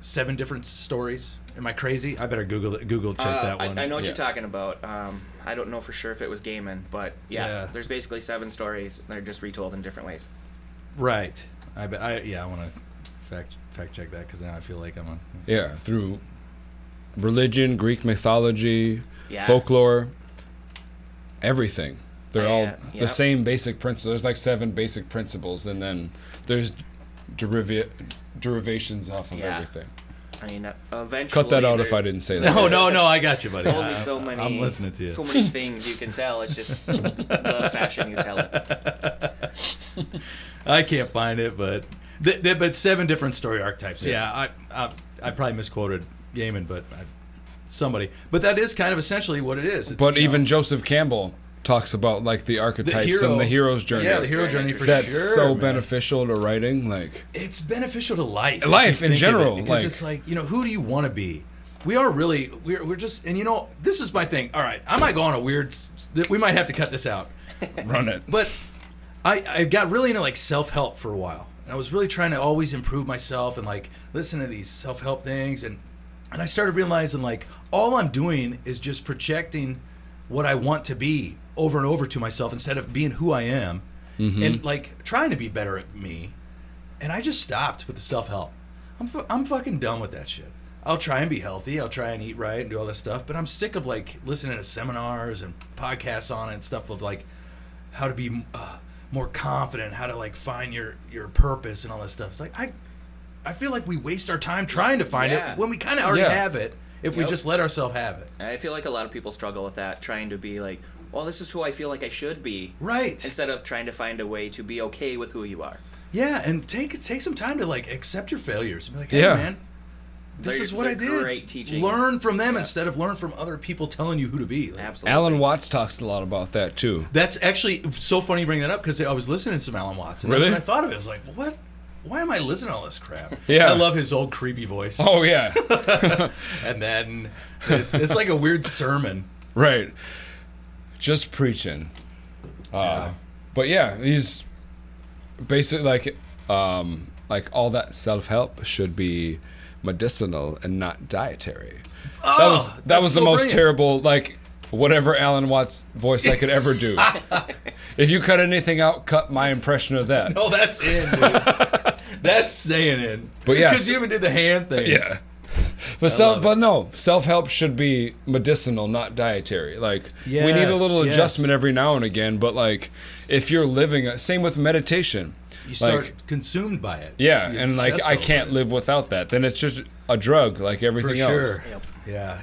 seven different stories. Am I crazy? I better Google it, Google check
Uh,
that
I-
one.
I, know what
Yeah.
you're talking about. Um, I don't know for sure if it was Gaiman, but yeah,
Yeah.
there's basically seven stories. They're just retold in different ways.
Right. I bet. I yeah. I want to fact fact check that because now I feel like I'm on.
Yeah, through religion, Greek mythology,
Yeah.
folklore, everything. They're all
Yeah,
the
yep.
same basic principles. There's like seven basic principles, and then there's derivi- derivations off of
Yeah.
everything.
I mean, uh, eventually.
Cut that out
there-
if I didn't say that.
No, Oh, no, no. I got you, buddy. I-
Only so many.
I'm listening to you.
So many things you can tell. It's just the fashion you tell it.
I can't find it, but th- th- but seven different story archetypes. Yeah, I, I I probably misquoted Gaiman, but I, somebody. But that is kind of essentially what it is. It's,
But
you know,
even Joseph Campbell talks about like the archetypes and the hero's journey.
Yeah, the hero journey for
That's
sure.
so
man.
beneficial to writing. Like,
It's beneficial to life. if
Life
you
in
think of
general,
it, because
like-
it's like you know who do you want to be? We are really we're we're just and you know this is my thing. All right, I might go on a weird. s- s- We might have to cut this out.
run it.
But I, I got really into like self help for a while. And I was really trying to always improve myself and like listen to these self help things and and I started realizing like all I'm doing is just projecting what I want to be over and over to myself instead of being who I am and like trying to be better at me. And I just stopped with the self help. I'm fu- I'm fucking done with that shit. I'll try and be healthy. I'll try and eat right and do all that stuff, but I'm sick of like listening to seminars and podcasts on it and stuff of like how to be uh, more confident, how to like find your your purpose and all that stuff. It's like I I feel like we waste our time trying to find
Yeah.
it when we kind of already
Yeah.
have it if we
Yep.
just let ourselves have it.
I feel like a lot of people struggle with that, trying to be like, well, this is who I feel like I should be.
Right.
Instead of trying to find a way to be okay with who you are.
yeah, and take take some time to like accept your failures and be like, "Hey
Yeah.
man, this
They're-
is what I
they're
did."
Great teaching.
Learn from them
Yeah.
instead of learn from other people telling you who to be. Like,
Absolutely.
Alan Watts talks a lot about that too.
That's actually so funny you bring that up because I was listening to some Alan Watson.
Really?
That's when I thought of it. I was like, "What? Why am I listening to all this crap?"
Yeah.
I love his old creepy voice.
Oh yeah,
And then it's, it's like a weird sermon.
right. Just preaching. Uh, But yeah, he's basically like, um, like all that self help should be medicinal and not dietary. that
Oh,
was that
that's
was the
so
most
brilliant.
terrible like whatever Alan Watts voice I could ever do. if you cut anything out, cut my impression of that.
Oh, that's in, dude. that's staying in.
But yeah,
because you even did the hand thing.
Yeah. But
love
self,
it.
but no, self help should be medicinal, not dietary. Like we need a
Yes,
little
yes.
adjustment every now and again. But like if you're living, uh, same with meditation.
you start
like,
consumed by it.
yeah,
You
and like
obsess
I
over
can't
it.
live without that. Then it's just a drug, like
for
everything else.
sure.
Yep.
Yeah,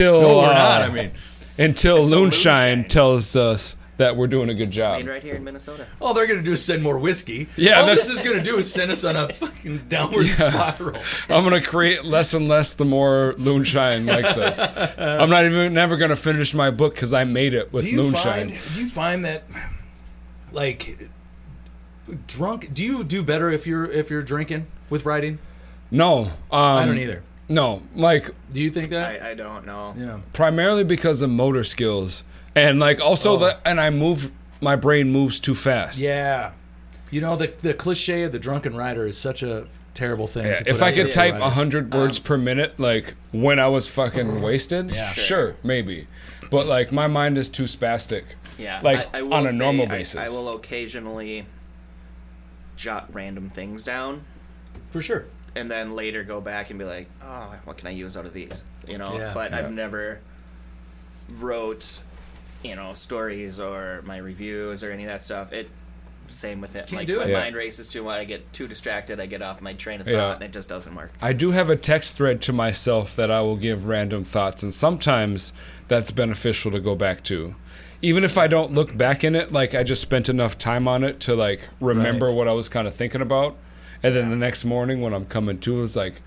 Until,
no, we're
uh,
not. I mean,
until Loonshine
Loonshine.
tells us that we're doing a good job.
Made right here in Minnesota.
all Oh, they're gonna do is send more whiskey.
Yeah,
all this
that's-
is gonna do is send us on a fucking downward spiral.
I'm gonna create less and less the more Loonshine likes us. I'm not even never gonna finish my book because I made it with
do you
Loonshine.
find do you find that like drunk do you do better if you're if you're drinking with writing
no, um,
i don't either
No, like
do you think that
I, I don't know.
yeah
primarily because of motor skills and like also the and I move my brain moves too fast.
Oh. yeah you know the the cliche of the drunken rider is such a terrible thing
Yeah,
to put
If I
out
could
there.
type hundred
Um,
words per minute, like when I was fucking wasted,
Yeah.
sure. maybe, but like my mind is too spastic.
Yeah.
Like,
I, I will
on a
say
normal
I-
basis.
I, will occasionally jot random things down
for sure
and then later go back and be like, oh, what can I use out of these? You know?
Yeah.
but
Yeah.
I've never wrote, you know, stories or my reviews or any of that stuff. It same with it.
Can't
like
do
my
it.
Yeah.
mind races too much. I get too distracted. I get off my train of thought,
Yeah.
and it just doesn't work.
I do have a text thread to myself that I will give random thoughts, and sometimes that's beneficial to go back to. Even if I don't look back in it, like I just spent enough time on it to like remember what I was kind of thinking about. And then the next morning when I'm coming to, it's like,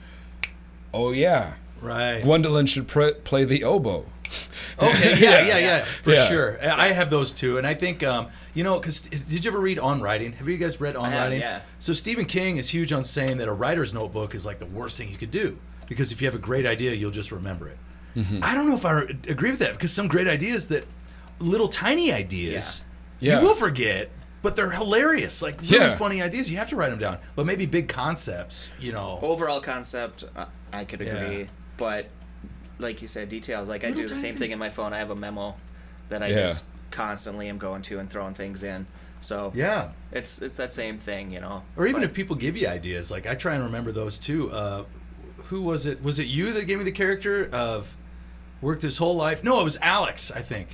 oh yeah,
right
Gwendolyn should pr- play the oboe.
okay yeah yeah yeah, for
Yeah.
sure i I have those too and i think um you know because did you ever read on writing have you guys read on
have,
writing
yeah.
so stephen king is huge on saying that a writer's notebook is like the worst thing you could do because if you have a great idea you'll just remember it
Mm-hmm.
i don't know if i re- agree with that because some great ideas that little tiny ideas
Yeah.
you will forget but they're hilarious like really
Yeah.
funny ideas you have to write them down but maybe big concepts you know
overall concept, uh, I could agree,
Yeah.
but like you said, details. Like I
Little
do the same
tiny
thing
things.
in my phone. I have a memo that I
Yeah.
just constantly am going to and throwing things in. So
yeah
it's it's that same thing, you know.
Or even
But
if people give you ideas, like I try and remember those too. Uh, who was it? Was it you that gave me the character of worked his whole life? No, it was Alex, I think,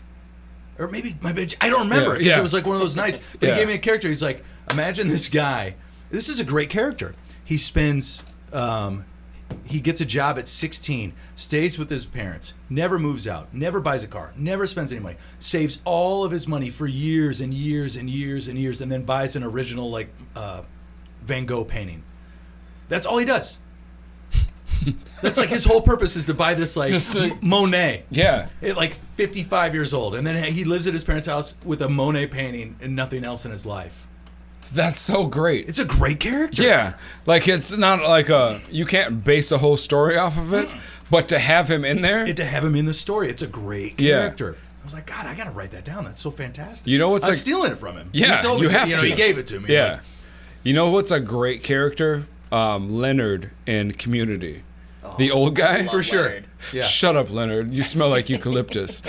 or maybe my bitch. I don't remember
Yeah,
because
yeah.
it was like one of those nights. But
Yeah.
he gave me a character. He's like, imagine this guy. This is a great character. He spends. Um, he gets a job at 16, stays with his parents, never moves out, never buys a car, never spends any money, saves all of his money for years and years and years and years, and then buys an original like uh, Van Gogh painting. That's all he does. That's like his whole purpose is to buy this like
Just to-
M- Monet
Yeah.
at like 55 years old, and then he lives at his parents' house with a Monet painting and nothing else in his life.
That's so great.
It's a great character.
Yeah, like it's not like a you can't base a
Mm.
whole story off of it, but to have him in there,
And to have him in the story, it's a great
Yeah.
character. was like, God, I got to write that down. That's so fantastic.
You know what's
I was
like-
stealing it from him.
Yeah,
he told
you
me,
have
know,
to.
He gave it to me.
Yeah.
Like,
you know what's a great character? Um, Leonard in Community. the old guy?
For sure. Leonard.
Yeah.
Shut up, Leonard. You smell like eucalyptus.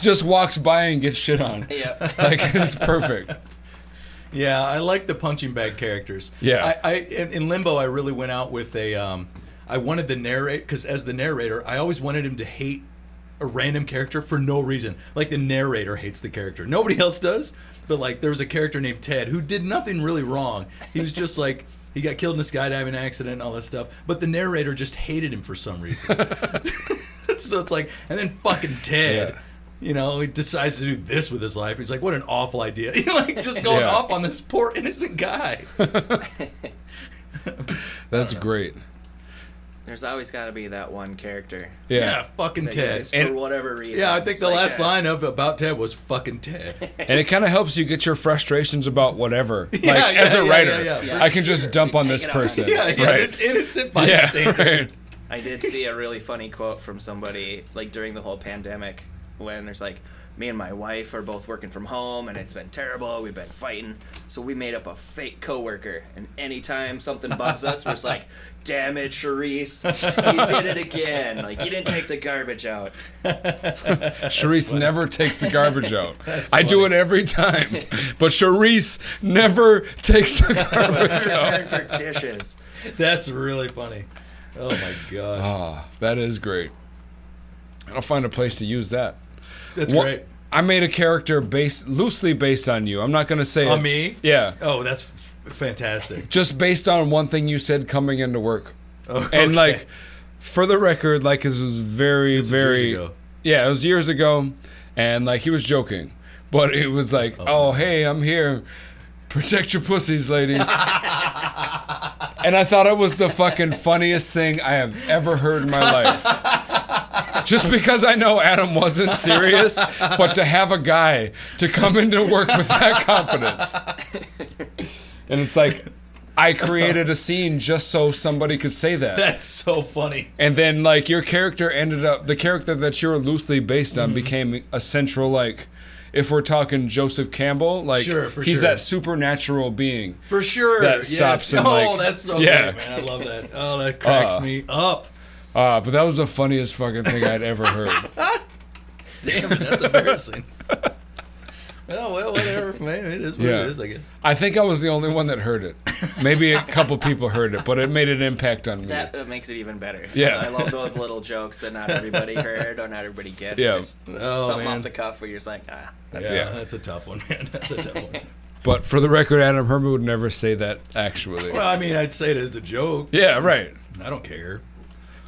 Just walks by and gets shit on.
Yeah.
Like, it's perfect.
Yeah, I like the punching bag characters.
Yeah.
I, I in, in Limbo, I really went out with a. Um, I wanted the narrate because as the narrator, I always wanted him to hate a random character for no reason. Like the narrator hates the character, nobody else does. But like, there was a character named Ted who did nothing really wrong. He was just like. He got killed in a skydiving accident and all that stuff, but the narrator just hated him for some reason. so it's like, and then fucking Ted,
Yeah.
you know, he decides to do this with his life. He's like, what an awful idea. You're like just going
Yeah.
off on this poor innocent guy.
That's great.
There's always got to be that one character.
Yeah.
Yeah, fucking
that
Ted.
is, for
And-
whatever reason.
yeah, I think
just
the
like
last
that.
line of about Ted was fucking Ted.
And it kind of helps you get your frustrations about whatever. Like,
Yeah, yeah,
as a
yeah,
writer,
yeah, yeah,
for
I can just
sure.
dump
You
on
take
this
it out.
person.
yeah, yeah,
right.
this innocent
yeah,
bystander.
right.
I did see a really funny quote from somebody like during the whole pandemic when there's like me and my wife are both working from home and it's been terrible. We've been fighting, so we made up a fake coworker. And anytime something bugs us, we're just like, "Damn it, Charisse, you did it again! Like you didn't take the garbage out."
Charisse never takes the garbage out. I do it every time. But Charisse never takes the garbage
Return
out.
for dishes.
That's really funny. Oh my gosh.
Ah, that is great. I'll find a place to use that.
That's
Wha-
great.
I made a character based loosely based on you. I'm not going to say
On
it's-
me?
Yeah.
Oh, that's f- fantastic.
Just based on one thing you said coming into work.
Oh,
And
okay.
like for the record, like this was very
is
very
years ago.
Yeah, it was years ago and like he was joking. But it was like, "Oh, hey, I'm here. Protect your pussies, ladies." and I thought it was the fucking funniest thing I have ever heard in my life. just because I know Adam wasn't serious, but to have a guy to come into work with that confidence. And it's like, I created a scene just so somebody could say that.
that's so funny.
And then, like, your character ended up, the character that you were loosely based
Mm-hmm.
on became a central, like, if we're talking Joseph Campbell, like,
Sure, for
he's
sure.
that supernatural being.
For sure.
That
yes.
stops him,
Oh,
like-
that's so
Yeah.
great, man. I love that. Oh, that cracks
Uh.
me up.
Uh, but that was the funniest fucking thing I'd ever heard.
Damn it, that's embarrassing. well, well, whatever, man. It is what
Yeah.
it is, I guess.
I think I was the only one that heard it. Maybe a couple people heard it, but it made an impact on me.
That, that makes it even better.
Yeah.
I love those little jokes that not everybody heard or not everybody gets.
Yeah.
Just
Oh,
something
man.
off the cuff where you're just like, ah, that's
Yeah,
Yeah.
that's a tough one, man. That's a tough one.
But for the record, Adam Herbert would never say that actually.
Well, I mean, I'd say it as a joke.
yeah, right.
I don't care.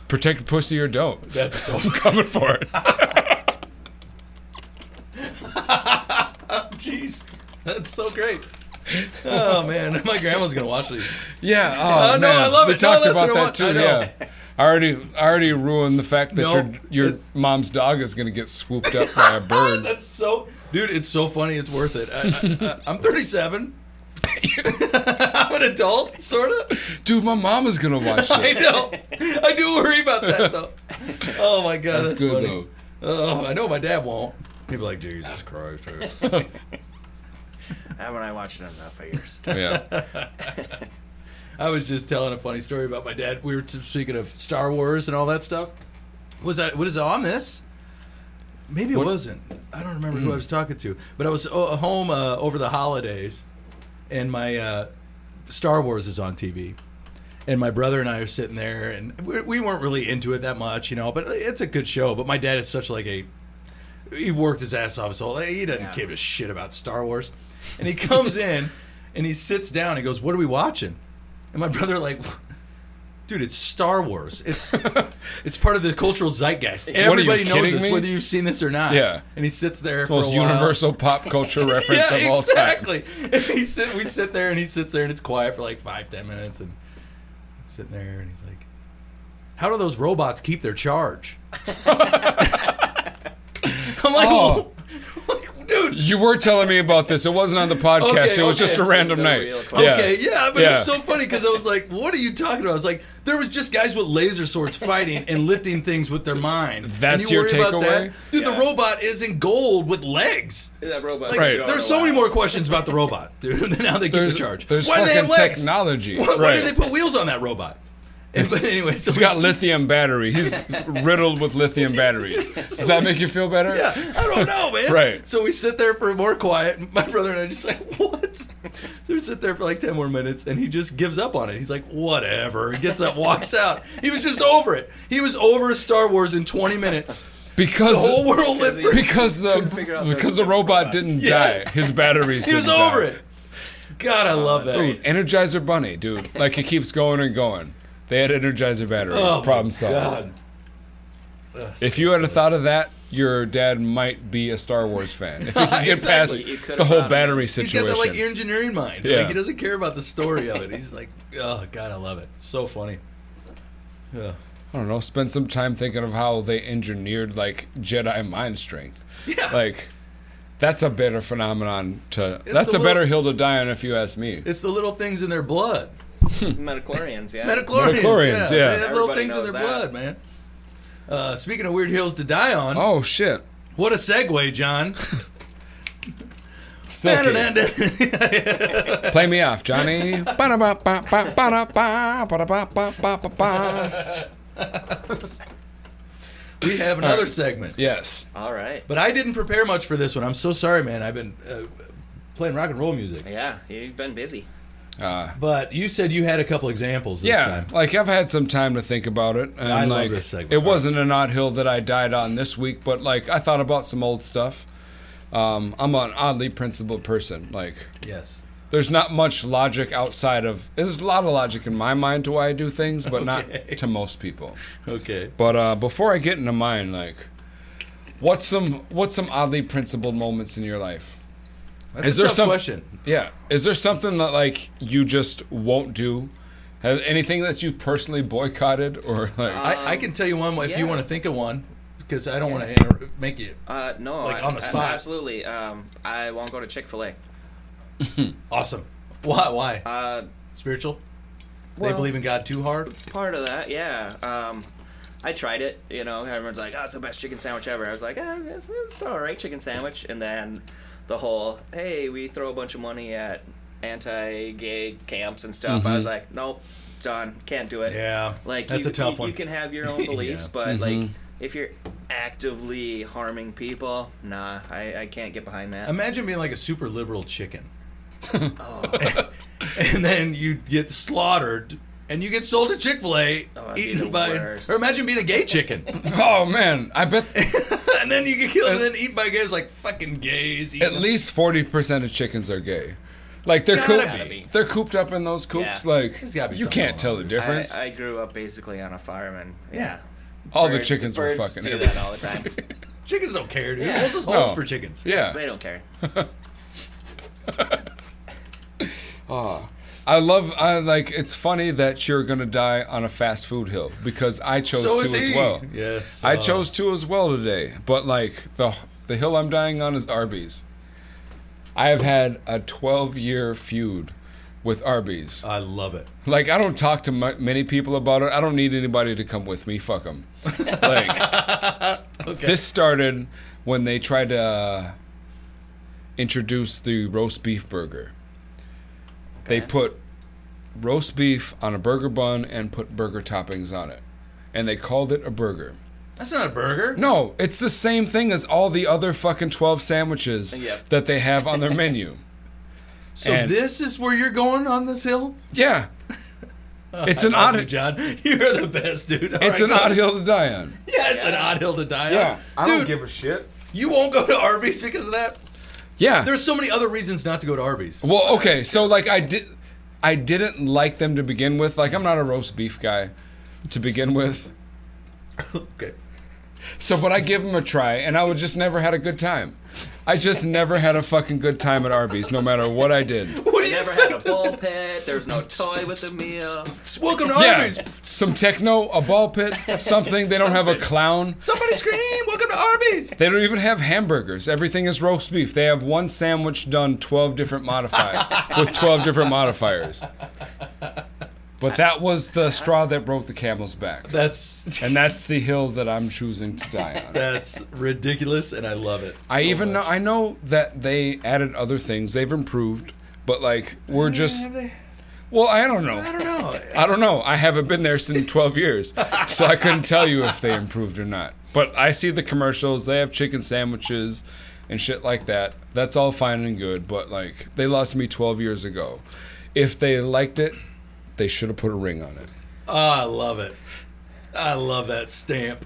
Protect pussy or don't.
That's so
Coming for it.
jeez. That's so great. Oh man, my grandma's gonna watch these.
Yeah. Oh,
Oh, no,
man.
I love
we
it. No,
talked
that's what I
about
want.
that
I
too.
know.
Yeah. I already, I already ruined the fact that
Nope.
your your
It-
mom's dog is gonna get swooped up by a bird.
That's so, dude. It's so funny. It's worth it. I, I, I, I'm 37. I'm an adult, sort of.
Dude, my mom is gonna watch
I
this.
know. I do worry about that though. Oh my god, that's,
That's good
funny.
though.
Oh, I know my dad won't. He'd be like, Jesus Christ.
haven't I watched it enough of yours?
Yeah.
I was just telling a funny story about my dad. We were t- speaking of Star Wars and all that stuff. Was that was it on this? Maybe it wasn't. I don't remember who I was talking to, but I was uh, home uh, over the holidays, and my uh, Star Wars is on TV, and my brother and I are sitting there, and we, we weren't really into it that much, you know. But it's a good show. But my dad is such like a he worked his ass off, so like, he doesn't
Yeah.
give a shit about Star Wars. And he comes in and he sits down. He goes, "What are we watching?" And my brother like, "Dude, it's Star Wars. It's it's part of the cultural zeitgeist.
are you
Everybody knows
kidding
this,
me?
whether you've seen this or not."
Yeah.
And he sits there
It's the
for
most
a while.
universal pop culture reference
Yeah,
of all time.
exactly. And he sit, we sit there and he sits there and it's quiet for like five, ten minutes and I'm sitting there and he's like, "How do those robots keep their charge?" I'm like,
Oh.
"Like, dude,
You were telling me about this. It wasn't on the podcast.
Okay,
it
okay,
was just a
it's
random
the
night.
real question.
yeah.
Okay, yeah, but
Yeah.
it's so funny because I was like, "What are you talking about?" I was like, "There was just guys with laser swords fighting and lifting things with their mind."
That's
and you
your
worry About that?
takeaway?
Dude,
Yeah.
the robot is in gold with legs.
That robot.
Like,
Right.
There's so many more questions about the robot, dude. now they get
There's,
the charge.
there's
why do they have
fucking
legs?
technology.
Why, why
right.
did they put wheels on that robot? And- but anyway, so
He's got
it's-
lithium battery. He's riddled with lithium batteries. Does that make you feel better?
Yeah, I don't know, man.
Right.
So we sit there for more quiet. and My brother and I just like, what? So we sit there for like 10 more minutes and he just gives up on it. He's like, whatever. He gets up, walks out. He was just over it. He was over Star Wars in 20 minutes. The
Because
whole world lived for it.
because
figure
the
out
because
the
the robot
robots.
didn't
Yes.
die. His batteries.
He was
didn't
over
die.
it. God, I love that.
Dude, Energizer Bunny, dude. Like it keeps going and going. They had Energizer batteries.
Oh,
problem
my
solved.
God.
If you had have thought of that, your dad might be a Star Wars fan. If he could get
Exactly.
You
past
could've
the whole
brought
battery
He's got
situation.
that like engineering mind.
Yeah.
Like he doesn't care about the story of it. He's like, oh God, I love it. So funny. Yeah.
I don't know. Spend some time thinking of how they engineered like Jedi mind strength.
Yeah.
Like that's a better phenomenon to. that's
a
a, better
little-
hill to die on, if you ask me.
It's the little things in their blood.
Metachlorians, yeah.
Metachlorians,
Metachlorians,
yeah.
yeah.
They have little
Everybody
things in
knows
their
that.
blood, man. Uh, speaking of weird hills to die on,
oh shit!
what a segue, John.
Silky. Play me off, Johnny. Ba-da-ba-ba-ba, ba-da-ba, ba-da-ba-ba-ba-ba.
we have another segment.
Yes.
All right.
But I didn't prepare much for this one. I'm so sorry, man. I've been uh, playing rock and roll music.
Yeah, you've been busy.
Uh,
But you said you had a couple examples this
yeah,
time.
like I've had some time to think about it, and
I love
like
this segment.
it wasn't an odd hill that I died on this week, but like I thought about some old stuff. Um, I'm an oddly principled person. Like
Yes.
there's not much logic outside of there's a lot of logic in my mind to why I do things, but
Okay.
not to most people.
Okay.
But uh, before I get into mine, like, what's some what's some oddly principled moments in your life?
That's
Is
a
there
tough
some-
question.
Yeah. Is there something that like you just won't do? Have anything that you've personally boycotted or like?
I, I can tell you one if
Um, yeah.
you want to think of one, because I don't want to inter- make you
Uh, no,
Like,
I-
on the
I-
spot.
absolutely. Um, I won't go to Chick Fil A.
awesome. Why? Why?
Uh,
Spiritual? they
well-
believe in God too hard.
part of that, yeah. Um, I tried it. You know, everyone's like, "Oh, it's the best chicken sandwich ever." I was like, eh, it- "It's all right, chicken sandwich." And then the whole, "Hey, we throw a bunch of money at anti-gay camps and stuff." I was like, "Nope, done. Can't do it."
Mm-hmm. Yeah,
like
that's
you,
a tough
you,
one.
You can have your own beliefs,
Yeah.
but like if you're actively harming people, nah, I, I can't get behind that.
Imagine being like a super liberal chicken.
Oh.
and then you get slaughtered and you get sold to Chick fil A,
Oh, that'd be
eaten
the
by.
worst.
Or imagine being a gay chicken.
oh man, I bet
and then you get killed and then eaten by gays like fucking gays.
at least forty percent of chickens are gay. Like they're
Gotta
cooped,
be.
they're cooped up in those coops.
Yeah.
Like
There's gotta be
you
something
can't
wrong
tell the
with
difference.
I, I grew up basically on a farm, and
Yeah.
All the
birds-
chickens were
birds
fucking.
do
everything.
that all the time.
Chickens don't care, dude.
Yeah.
What's this holes
No.
for chickens?
they
Yeah.
don't care.
I love. I like. It's funny that you're gonna die on a fast food hill because I chose
So
to
is
as
he.
well.
Yes.
I
uh,
chose two as well today, but like the the hill I'm dying on is Arby's. I have had a 12 year feud with Arby's.
I love it.
Like I don't talk to m- many people about it. I don't need anybody to come with me. Fuck them. Like this started when they tried to uh, introduce the roast beef burger. They put roast beef on a burger bun and put burger toppings on it, and they called it a burger.
That's not a burger.
No, it's the same thing as all the other fucking 12 sandwiches
Yep.
that they have on their menu.
so
and-
this is where you're going on this hill?
Yeah. It's an
Love you,
odd
John. You're the best, dude. All
it's
right,
an
go.
odd hill to die on.
Yeah, it's an odd hill to die on. Dude,
a shit.
You won't go to Arby's because of that?
Yeah.
There's so many other reasons not to go to Arby's.
well, okay, so like I did I didn't like them to begin with. Like I'm not a roast beef guy to begin with.
Okay.
So, but I give them a try, and I would just never had a good time. I just never had a fucking good time at Arby's, no matter what I did.
What do
They
you
never had a
expect?
bull pit. There was no toy with the meal.
Welcome to
Yeah,
Arby's.
some techno, a ball pit, something. They don't have a clown.
Somebody scream! Welcome to Arby's.
They don't even have hamburgers. Everything is roast beef. They have one sandwich done 12 different modifiers with 12 different modifiers. But that was the straw that broke the camel's back.
That's
And that's the hill that I'm choosing to die on.
that's ridiculous, and I love it.
I
so
even
much.
know I know that they added other things. They've improved, but like we're just
Have they-
well, I don't know.
I don't know.
I don't know. I haven't been there since 12 years, so I couldn't tell you if they improved or not. But I see the commercials. They have chicken sandwiches and shit like that. That's all fine and good, but like they lost me 12 years ago. If they liked it, they should have put a ring on it.
Oh, I love it. I love that stamp.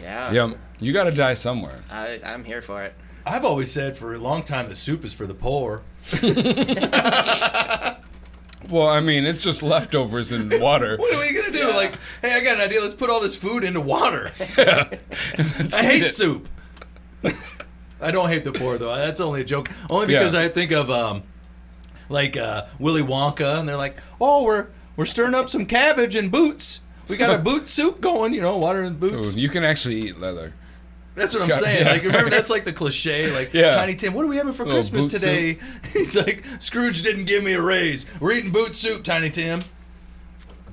Yeah.
Yum. You got to die somewhere.
I, I'm here for it.
I've always said for a long time the soup is for the poor.
Well, I mean, it's just leftovers and water.
What are we gonna do? Like, hey, I got an idea. Let's put all this food into water. I hate soup. I don't hate the poor though. That's only a joke. Only because
Yeah.
I think of um, like uh, Willy Wonka, and they're like, oh, we're we're stirring up some cabbage and boots. We got a boot soup going, you know, water and boots.
Ooh, You can actually eat leather.
That's what I'm
got-
saying.
yeah.
Like, remember that's like the cliche. Like,
Yeah.
Tiny Tim, what are we having for
Little
Christmas
boot
today? He's like, Scrooge didn't give me a raise. We're eating boot soup, Tiny Tim.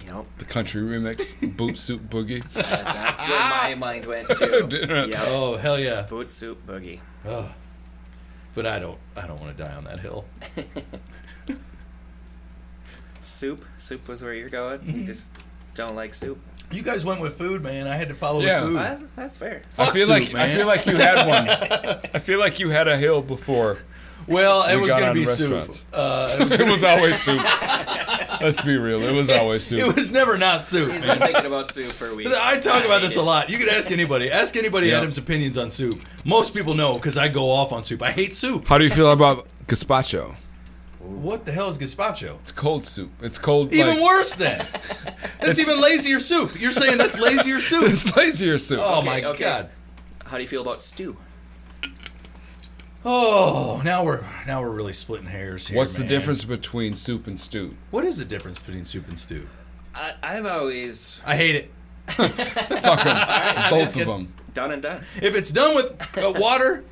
Yep.
The country remix, boot soup boogie.
That's where my mind went to.
Dude.
yep.
Oh hell yeah!
Boot soup boogie.
Oh. But I don't. I don't want to die on that hill.
Soup. Soup was where you're going. You just don't like soup.
You guys went with food, man. I had to follow
Yeah.
with food.
Well, that's- that's fair.
I
Fuck
feel
soup,
like I
man.
feel like you had one. I feel like you had a hill before.
Well, it
We
was
got
gonna
on
be soup.
restaurants.
Uh, it, was
It was always soup. Let's be real. It was always
it
soup.
was never not soup.
He's
man.
been thinking about soup for weeks.
I talk about this a lot. You could ask anybody. Ask anybody
Yeah.
Adam's opinions on soup. Most people know because I go off on soup. I hate soup.
How do you feel about gazpacho?
What the hell is gazpacho?
It's cold soup. It's cold.
Even
like,
worse then. That's even lazier soup. You're saying that's lazier soup.
It's lazier soup.
Oh
Okay,
my
okay.
god.
How do you feel about stew?
Oh, now we're now we're really splitting hairs here.
What's the
man.
difference between soup and stew?
What is the difference between soup and stew?
I, I've always
I hate it.
Fuck 'em. Both of
kidding.
them.
done and done.
If it's done with uh, water,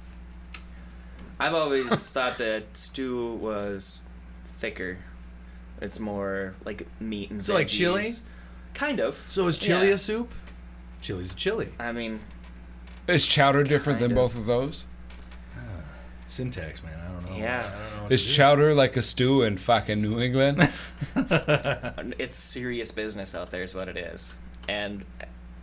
I've always thought that stew was thicker. It's more like meat and
So like
veggies.
chili?
Kind of.
so is chili
Yeah.
a soup? Chili's chili.
I mean,
Is chowder different than
Kind of.
both of those?
Syntax, man. I don't know.
Yeah.
I don't know. what
Is
to do.
chowder like a stew in fucking New England?
it's serious business out there, is what it is. And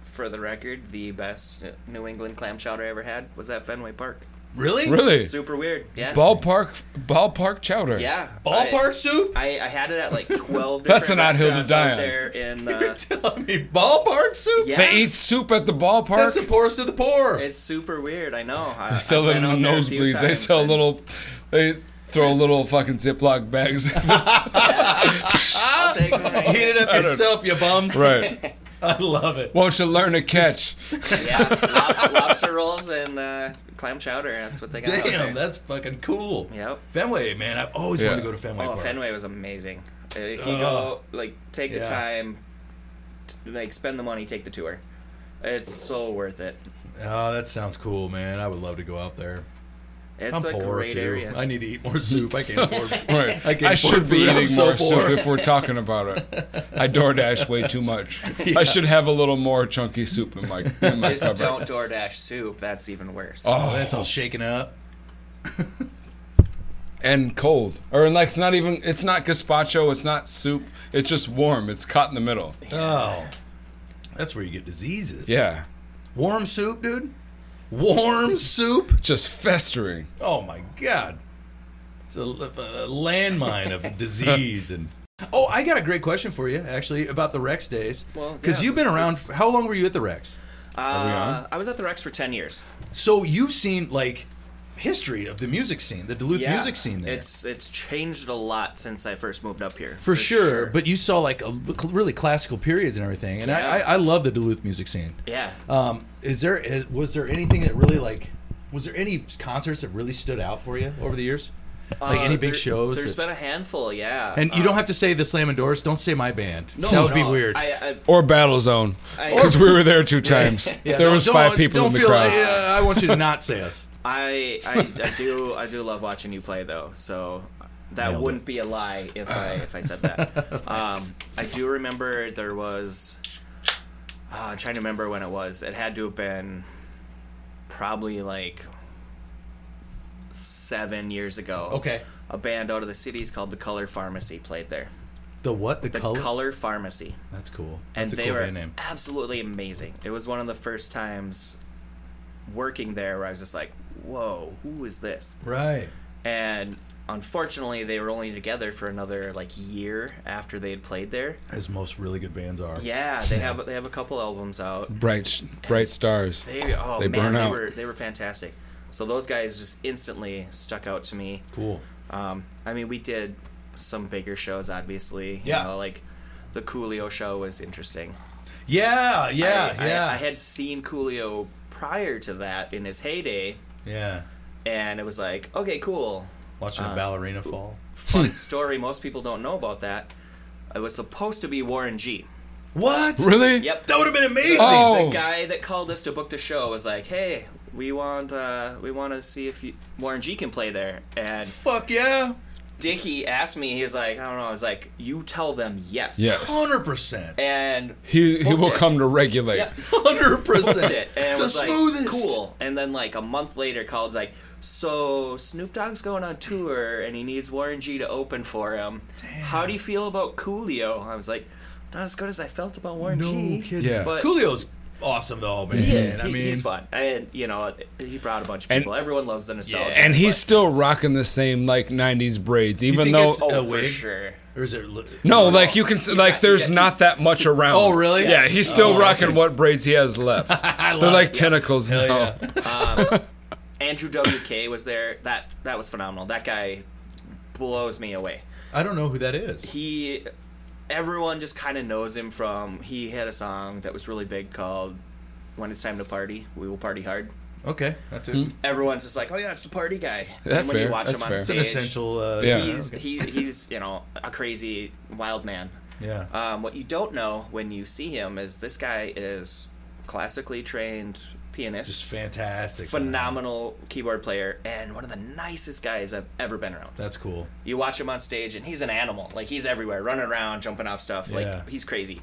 for the record, the best New England clam chowder I ever had was at Fenway Park.
really
Really?
Super weird. Yeah.
Ballpark ballpark chowder.
Yeah.
ballpark soup?
I, I, I had it at like 12 different
That's an odd hill to
restaurants
die
out
on.
There in, uh,
Tell me ballpark soup?
yeah.
They eat soup at the ballpark.
That's the poorest of the poor.
It's super weird. I know. I,
They sell
I
them
went
in the
out there a few
nosebleeds. They
times
sell
and-
little. They throw little fucking Ziploc bags.
I'll take it.
Heat it up
I don't-
yourself, you bums.
right.
I love it.
Won't you learn to catch?
Yeah, lobster, lobster rolls and uh, clam chowder. That's what they got. out there.
Damn, that's fucking cool.
Yep.
Fenway, man. I've always
Yeah.
wanted to go to Fenway
Oh,
Park.
Fenway was amazing. Uh, If you go, like, take the
Yeah.
time, t- like, spend the money, take the tour. It's so worth it.
Oh, that sounds cool, man. I would love to go out there.
It's
I'm
a
poor
great
too.
area.
I need to eat more soup. I can't afford.
Right.
I
I,
can't afford
should be
food. I'm
eating
so
more
poor.
soup if we're talking about it. I DoorDash way too much. I should have a little more chunky soup in my in my
Just don't
cupboard.
DoorDash soup. That's even worse.
oh, that's all
Oh,
shaken up.
and cold, or like it's not even. It's not gazpacho. It's not soup. It's just warm. It's caught in the middle.
Oh, that's where you get diseases.
Yeah,
warm soup, dude. Warm soup.
just festering.
Oh my god, it's a, a landmine of disease and. Oh, I got a great question for you actually about the Rex days.
Well,
because
yeah,
you've been
this
around.
is-
How long were you at the Rex?
Uh,
on?
I was at the Rex for 10 years.
So you've seen like history of the music scene, the Duluth
Yeah,
music scene. There,
It's it's changed a lot since I first moved up here.
for, sure, But you saw like a, really classical periods and everything, and I, I,
Yeah.
I love the Duluth music scene.
yeah,
Um, is there is, was there anything that really like was there any concerts that really stood out for you over the years? Like
Uh,
any big
there-
shows?
There's
that-
been a handful, yeah.
and you don't
Um,
have to say the Slam and Doors. Don't say my band. that would be
no,
weird.
I,
Or Battlezone,
I-
because we were there two times.
Yeah,
there
no,
was
don't-
5 people
don't
in the
feel
crowd.
like- yeah, I want you to not say us.
I, I, I, I do I do love watching you play though, so that
Nailed
wouldn't be a lie if I if I said that. um, I do remember there was. ah, I'm trying to remember when it was. It had to have been probably like seven years ago.
Okay.
A band out of the cities called the Color Pharmacy played there.
The what? The,
The
color?
Color Pharmacy.
That's cool.
and
That's a
they
cool
were
band name.
absolutely amazing. It was one of the first times working there where I was just like, "Whoa, who is this?"
Right.
And unfortunately, they were only together for another like year after they had played there.
As most really good bands are.
Yeah, they have they have a couple albums out.
Bright, bright stars.
They oh
They
man,
burn
they
out.
were they were fantastic. So those guys just instantly stuck out to me.
Cool.
Um, I mean, we did some bigger shows, obviously. You
Yeah.
know, like the Coolio show was interesting.
Yeah, yeah,
I,
yeah.
I, I had seen Coolio prior to that in his heyday,
yeah.
and it was like, okay, cool.
Watching
Uh,
a ballerina fall.
Fun story. Most people don't know about that. It was supposed to be Warren G.
What?
Really?
Yep.
That would have been amazing.
Oh.
The guy that called us to book the show was like, hey, we want uh, we want to see if you, Warren G can play there. And
Fuck yeah.
Dickie asked me, he's like, I don't know. I was like, you tell them yes.
Yes.
100%.
And
He he
Booked
will
it.
come to regulate.
yeah,
100%.
booked it and it
the
was like
smoothest.
cool. And then like a month later, called like, so Snoop Dogg's going on tour and he needs Warren G to open for him. How do you feel about Coolio? I was like, not as good as I felt about Warren
No
G.
kidding.
Yeah.
But
Coolio's awesome, though, man.
he is.
I
He-
mean,
he's fun, and you know he brought a bunch of
And-
people. Everyone loves the nostalgia.
And he's
but-
still rocking the same like '90s braids, even
think
though.
it's-
oh
a
for
wig.
sure.
Or is it. li-
No, like you can s-
He's
like
got-
there's
he's got
not that much around.
Oh, really?
Yeah, he's still
Oh,
rocking what braids he has left. They're like tentacles
Hell
now.
yeah.
Andrew WK was there. That that was phenomenal. That guy blows me away.
I don't know who that is.
he everyone just kind of knows him from he had a song that was really big called when it's time to party we will party hard
Okay. That's
Hmm?
it.
everyone's just like oh yeah it's the party guy
That's
and when
fair,
you watch
that's
him on
fair. It's
It's an
stage
essential. Uh,
Yeah.
he's he, he's you know a crazy wild man
Yeah.
um, what you don't know when you see him is this guy is classically trained pianist
Just fantastic.
phenomenal keyboard player and one of the nicest guys i've ever been around
That's cool.
you watch him on stage and he's an animal like he's everywhere running around jumping off stuff
Yeah.
like he's crazy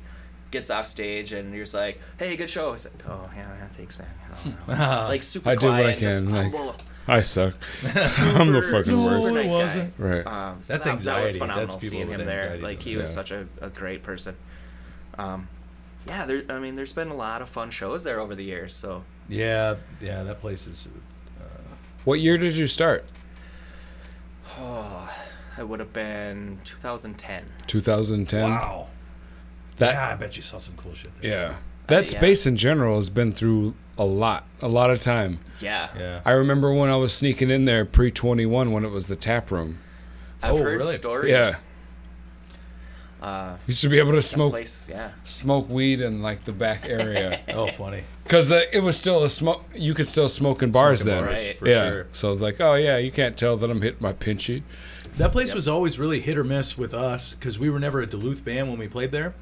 gets off stage and you're just like hey good show he's like oh yeah yeah, thanks man I don't know." like super
I do what
quiet,
I
just
can, like,
humble,
I suck. I'm the
super-
fucking
super
worst.
nice
No, it
guy.
wasn't.
Right.
um, so
That's
that, that was
anxiety.
phenomenal
That's people
seeing
with
him there
anxiety,
like he
though.
was
Yeah.
such a, a great person um, yeah there, i mean there's been a lot of fun shows there over the years so
Yeah. Yeah. That place is.
what year did you start?
it would have been 2010
2010.
Wow.
That
yeah, I bet you saw some cool shit there.
yeah. That
yeah.
space in general has been through a lot, a lot of time.
yeah,
Yeah.
I remember when I was sneaking in there pre 21 when it was the tap room.
i've
Oh,
heard
really?
stories
Yeah.
uh,
You should be able to
that
smoke
place yeah
smoke weed in like the back area
Oh, funny.
because uh, it was still a smoke. You could still smoke in bars
Smoking
then.
bars,
Right.
for
yeah.
sure.
So it's like, oh yeah, you can't tell that I'm hitting my pinchy.
That place was always really hit or miss with us because we were never a Duluth band when we played there.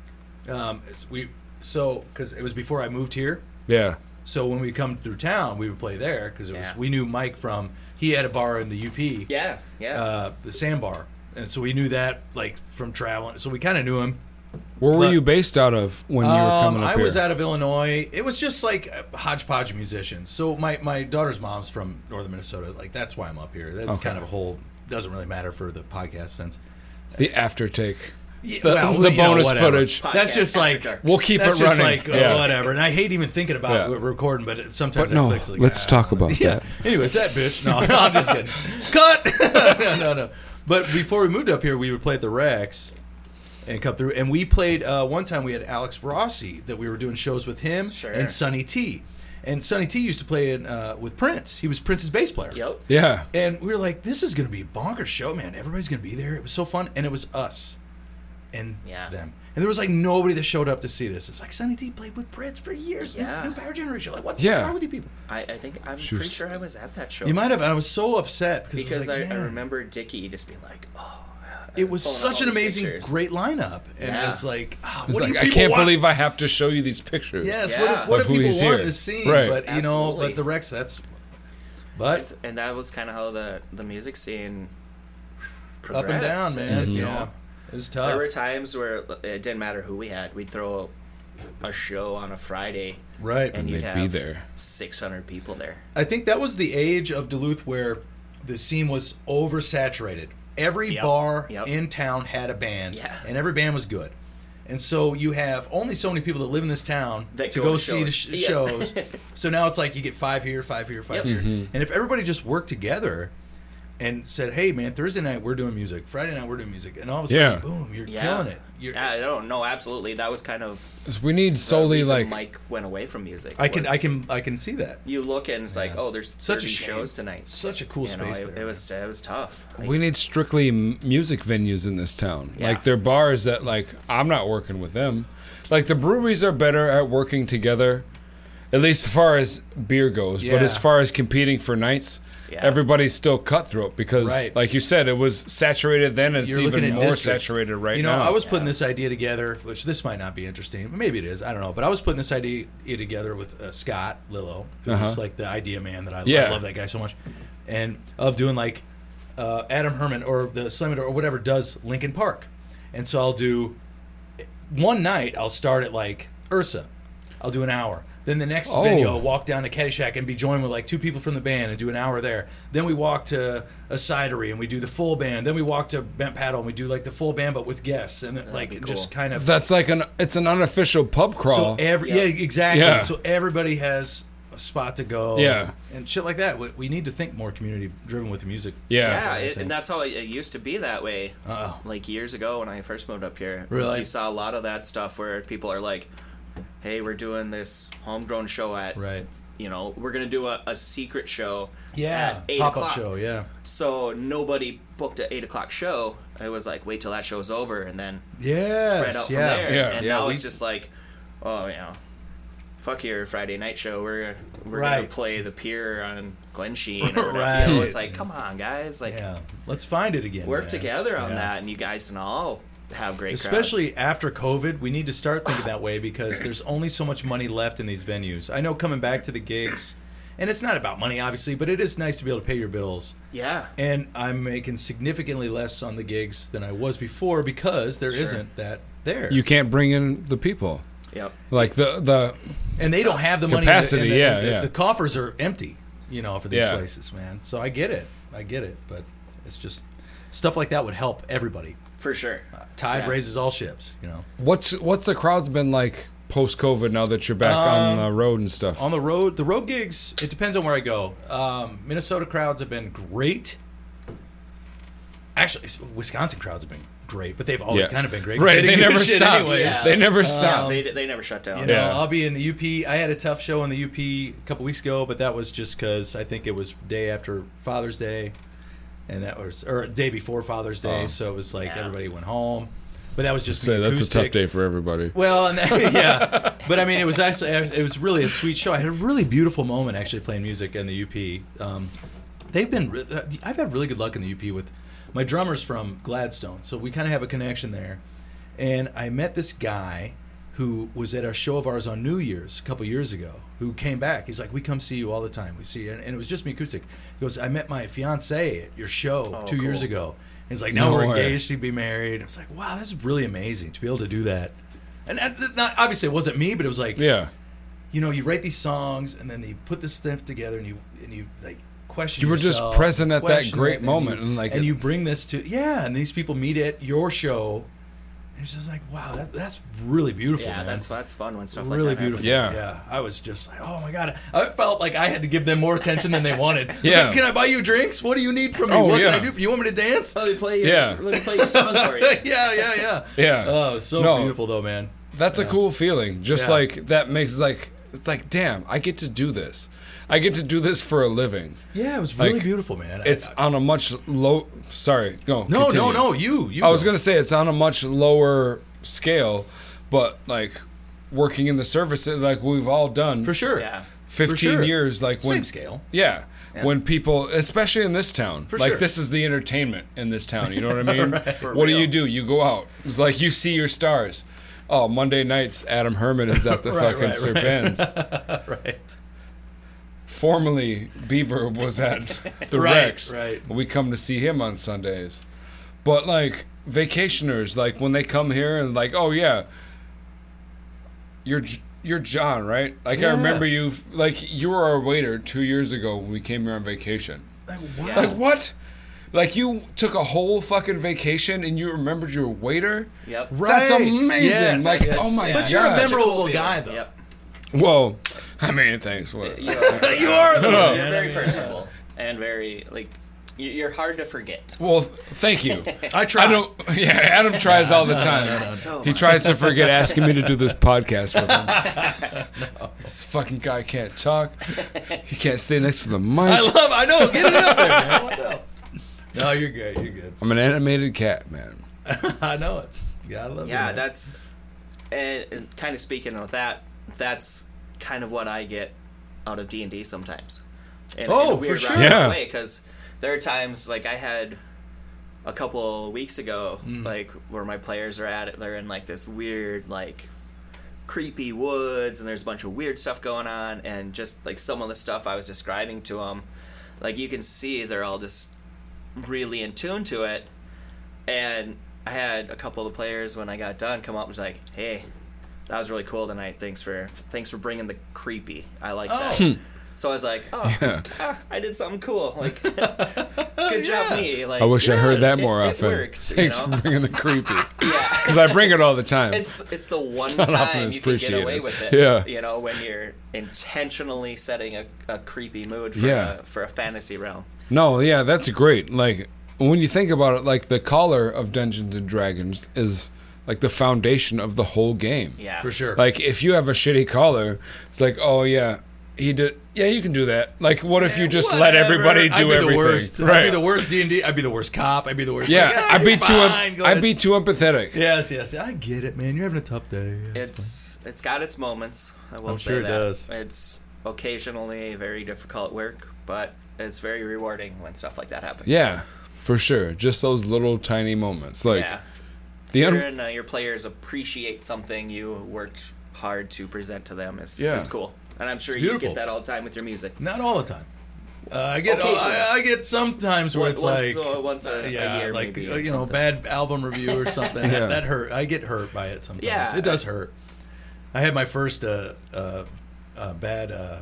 Um, it's- we so because it was before I moved here.
Yeah.
So when we come through town, we would play there because it
Yeah.
was we knew Mike from he had a bar in the UP.
yeah yeah
Uh, the Sandbar, and so we knew that like from traveling. So we kind of knew him.
Where were
But-
you based out of when you were coming
Um,
up
I
here?
was out of Illinois. It was just like a hodgepodge of musicians. So my, my daughter's mom's from northern Minnesota. Like that's why I'm up here. That's
Okay.
kind of a whole doesn't really matter for the podcast sense.
the aftertake.
Yeah,
The- the
you know,
bonus
whatever.
footage.
That's
Podcast
just like
after dark.
We'll keep
that's
it
just
running.
like uh,
Yeah.
whatever. And I hate even thinking about
Yeah.
it recording, but it, sometimes
But no,
it clicks like,
let's
ah,
talk
I don't wanna-
about
yeah.
that.
Anyways, that bitch. No, no, I'm just kidding. Cut. no, no, no. But before we moved up here, we would play at the Rex and come through. And we played uh, one time. We had Alex Rossi that we were doing shows with him
Sure.
and Sonny T. And Sonny T used to play in, uh, with Prince. He was Prince's bass player.
Yep.
Yeah.
And we were like, this is going to be a bonkers show, man. Everybody's going to be there. It was so fun. And it was us and
Yeah.
them. And there was like nobody that showed up to see this. It was like Sonny T played with Prince for years. New-
Yeah.
New, Power Generation. Like, what's,
Yeah.
what's wrong with you people?
I, I think I'm
She
pretty
was-
sure I was at that show.
You might have. And I was so upset because, it was
because
like,
I, I
man,
remember Dickie just being like, "Oh."
it was
pulling up
such
all
an
these
amazing,
pictures.
great lineup. And it
Yeah.
was like, ah,
It's
what do
like,
you
I
people
can't
want?
believe I have to show you these pictures.
Yes,
Yeah.
what, if- what
Of
if
who
people
he's
want
here.
to see?
Right.
But, you know,
Absolutely.
but the Rex, that's. But
And that was kind of how the the music scene
up and
progressed.
down, man.
Mm-hmm.
And, you
Yeah.
know,
It was
there
tough.
were times where it didn't matter who we had. We'd throw a show on a Friday,
right.
and you'd
they'd
have
be there.
600 people there.
I think that was the age of Duluth where the scene was oversaturated. Every
Yep.
bar
Yep.
in town had a band,
Yeah.
and every band was good. And so you have only so many people that live in this town
That
to
go
go
to
see the sh-
shows. Yeah.
shows. so now it's like you get five here, five here, five
Yep.
here. And if everybody just worked together and said, "Hey, man, Thursday night we're doing music, Friday night we're doing music," and all of a sudden,
Yeah.
boom, you're
Yeah.
killing it. You're,
yeah, I don't know. Absolutely, that was kind of
'Cause We need
the
solely
reason
like
Mike went away from music.
I can,
was
I can, I can see that.
You look and it's like, oh, there's 30
Such a shame.
shows tonight.
Such a cool
You know,
space
it,
there.
it was it was tough. Like,
we need strictly m- music venues in this town.
Yeah.
Like they're bars that like I'm not working with them. Like the breweries are better at working together, at least as far as beer goes. But
Yeah.
as far as competing for nights,
Yeah.
everybody's still cutthroat because,
Right.
like you said, it was saturated then. and It's
You're looking
even
at
more
districts.
saturated right
You know,
now.
I was putting this idea together, which this might not be interesting, but maybe it is. I don't know. But I was putting this idea together with uh, Scott Lillo, who's
Uh-huh.
like the idea man that I, I
Yeah.
love that guy so much, and of doing like uh, Adam Herman or the Slammer or whatever does Lincoln Park, and so I'll do one night. I'll start at like Ursa. I'll do an hour. Then the next
Oh.
venue, I'll walk down to Caddyshack and be joined with like two people from the band and do an hour there. Then we walk to a cidery and we do the full band. Then we walk to Bent Paddle and we do like the full band but with guests and then, like
be
just
cool.
kind of
That's like an it's an unofficial pub
so
crawl.
every yeah,
Yeah.
exactly.
Yeah.
So everybody has a spot to go.
Yeah.
and shit like that. We, we need to think more community driven with the music.
yeah.
yeah, it, and that's how it, it used to be that way.
Uh-oh.
Like years ago when I first moved up here,
Uh-uh. Really?
you saw a lot of that stuff where people are like, "Hey, we're doing this homegrown show at
Right.
You know, we're gonna do a, a secret show.
Yeah,
at eight
pop up
o'clock.
show. Yeah,
So nobody booked a eight o'clock show. It was like wait till that show's over and then
yes,
spread out
yeah.
from there.
yeah,
and
yeah,
now
we-
it's just like, oh, you know, fuck your Friday night show. We're we're gonna
Right.
play the pier on Glen Sheen. Or whatever.
Right.
You know, it's like, come on, guys, like
Yeah, let's find it again.
work
man.
together on
Yeah.
that, and you guys can all have great. crowds.
Especially after COVID, we need to start thinking that way because there's only so much money left in these venues. I know coming back to the gigs, and it's not about money, obviously, but it is nice to be able to pay your bills.
yeah,
And I'm making significantly less on the gigs than I was before because there
Sure.
not that there.
You can't bring in the people.
yep.
Like the the
and they don't have the money.
Capacity,
and the, and the-
yeah,
and the,
yeah.
The coffers are empty, you know, for these
Yeah.
places, man. So I get it. I get it. But it's just stuff like that would help everybody.
for sure.
Tide
Yeah.
raises all ships, you know.
what's what's the crowd's been like post COVID now that you're back on
Um,
the road and stuff.
on the road the road gigs it depends on where i go um, minnesota crowds have been great actually s- wisconsin crowds have been great but they've always
Yeah.
kind of Oh, been great 'cause
Right, they,
didn't give a
never
shit
stop.
anyways.
Yeah.
They
Um,
never stop.
Yeah, they, they never shut down.
You know,
Yeah.
I'll be in the UP. I had a tough show in the UP a couple weeks ago, but that was just because I think it was day after Father's Day, and that was or day before Father's Day,
Oh.
so it was like
Yeah.
everybody went home. But that was just
Say
me
that's a tough
acoustic.
day for everybody.
Well, and yeah, but I mean, it was actually it was really a sweet show. I had a really beautiful moment actually playing music in the UP. Um, they've been re- uh, I've had really good luck in the UP with my drummers from Gladstone, so we kind of have a connection there. And I met this guy who was at a show of ours on New Year's a couple years ago. Who came back? He's like, we come see you all the time. We see, you. and, and it was just me acoustic. He goes, I met my fiance at your show two
cool.
years ago. He's like, now
No
we're
way.
engaged to be married. I was like, wow, this is really amazing to be able to do that. And that- that- not, obviously, it wasn't me, but it was like,
Yeah.
you know, you write these songs and then you put this stuff together and you and you like question.
You were just
yourself,
present at that
question
great
it, and
moment,
you-
and, like,
and
it-
you bring this to yeah, and these people meet at your show. And it's just like, wow, that, that's really beautiful.
Yeah,
man.
that's that's fun when stuff
Really
like that
beautiful.
happens.
Yeah.
yeah. I was just like, oh my god, I felt like I had to give them more attention than they wanted. I was
Yeah.
like, can I buy you drinks? What do you need from me?
Oh,
what
yeah.
can I do? For you? you want me to dance?
Let me play your,
Yeah.
let me play your song for you.
yeah, yeah, yeah.
Yeah.
Oh, so
No.
beautiful though, man.
That's a cool feeling. Just
Yeah.
like that makes like It's like, damn, I get to do this. I get to do this for a living.
Yeah, it was really
Like,
beautiful, man. I-
It's
I-
on a much low. Sorry, go.
no,
continue.
no, no. You, you.
I was
go.
gonna say it's on a much lower scale, but like working in the service, like we've all done
for sure.
Yeah.
for
Fifteen
sure.
years, like when
Same scale.
yeah, when people, especially in this town, like
sure.
this is the entertainment in this town. You know what I mean?
For
What do
real.
you do? You go out. It's like you see your stars. Oh, Monday nights, Adam Herman is at the
Right,
fucking
right,
Sir
right.
Ben's.
right.
Formerly, Beaver was at the
Right,
Rex.
right.
We come to see him on Sundays. But like vacationers, like when they come here and like, oh yeah, you're J- you're John, right? Like I
Yeah.
remember you, like you were our waiter two years ago when we came here on vacation.
Like,
Yeah.
Like what? Like you took a whole fucking vacation and you remembered your waiter?
Yep.
That's
Right.
amazing.
Yes,
like
yes,
oh my
yeah. But
god.
you're a member-
Such cool
memorable
feeling.
guy, though.
Yep.
Whoa. I mean, thanks. What?
You are.
You are the
No.
You're very personable and very like you- you're hard to forget.
Well, th- thank you.
I try.
I don't. Yeah, Adam tries all the time.
So
He tries to forget asking me to do this podcast with him. This fucking guy can't talk. He can't stay next to the
I
mic.
love. I know. Get it up there, man. What the- No, you're good. You're good.
I'm an animated cat, man.
I know it. Yeah, I love it.
yeah
man.
that's and, and kind of speaking of that that's kind of what i get out of d&d sometimes in, in
Oh,
a
for
weird
sure.
roundabout
Yeah.
way because there are times like i had a couple weeks ago
Mm.
like where my players are at they're in like this weird like creepy woods and there's a bunch of weird stuff going on and just like some of the stuff i was describing to them like you can see they're all just really in tune to it and I had a couple of the players when I got done come up and was like, "Hey, that was really cool tonight. Thanks for thanks for bringing the creepy. I like
Oh.
that." So I was like, "Oh,
Yeah.
ah, I did something cool. Like, good job me. Like,
I wish I heard that
it-
more
it
often.
worked, you
Thanks
know?
for bringing the creepy.
yeah,
Because I bring it all the time.
it's it's the one
not often
time
it's
you can get away
appreciated.
with it.
Yeah.
you know when you're intentionally setting a, a creepy mood for
Yeah.
a, for a fantasy realm.
No, yeah, that's great. Like when you think about it, like the collar of Dungeons and Dragons is like the foundation of the whole game.
Yeah,
for sure.
Like if you have a shitty collar, it's like, oh yeah, he did. Yeah, you can do that. Like, what if you just let
Whatever.
everybody do
I'd be
everything?
The worst.
Right.
I'd be the worst D and D. I'd be the worst cop. I'd be the worst.
Yeah,
Like,
I'd be
"Ah,
too.
fine, go
I'd
ahead."
be too empathetic.
Yes, yes. I get it, man. You're having a tough day. That's
it's it's got its moments. I will
I'm
say
sure it
that.
does.
It's occasionally very difficult work, but it's very rewarding when stuff like that happens.
Yeah, for sure. Just those little tiny moments, like
yeah.
the un-
Hearing, uh, your players appreciate something you worked hard to present to them is
Yeah.
is cool, and I'm sure
It's
you
beautiful.
get that all the time with your music.
Not all the time. Uh, I get
Occasionally.
I, I get sometimes where it's
once,
like
uh, once a, a
yeah,
year,
like
maybe,
uh,
or
you know,
something.
bad album review or something.
Yeah.
that, that hurt. I get hurt by it sometimes.
Yeah.
It does hurt. I had my first uh, uh, uh, bad, uh,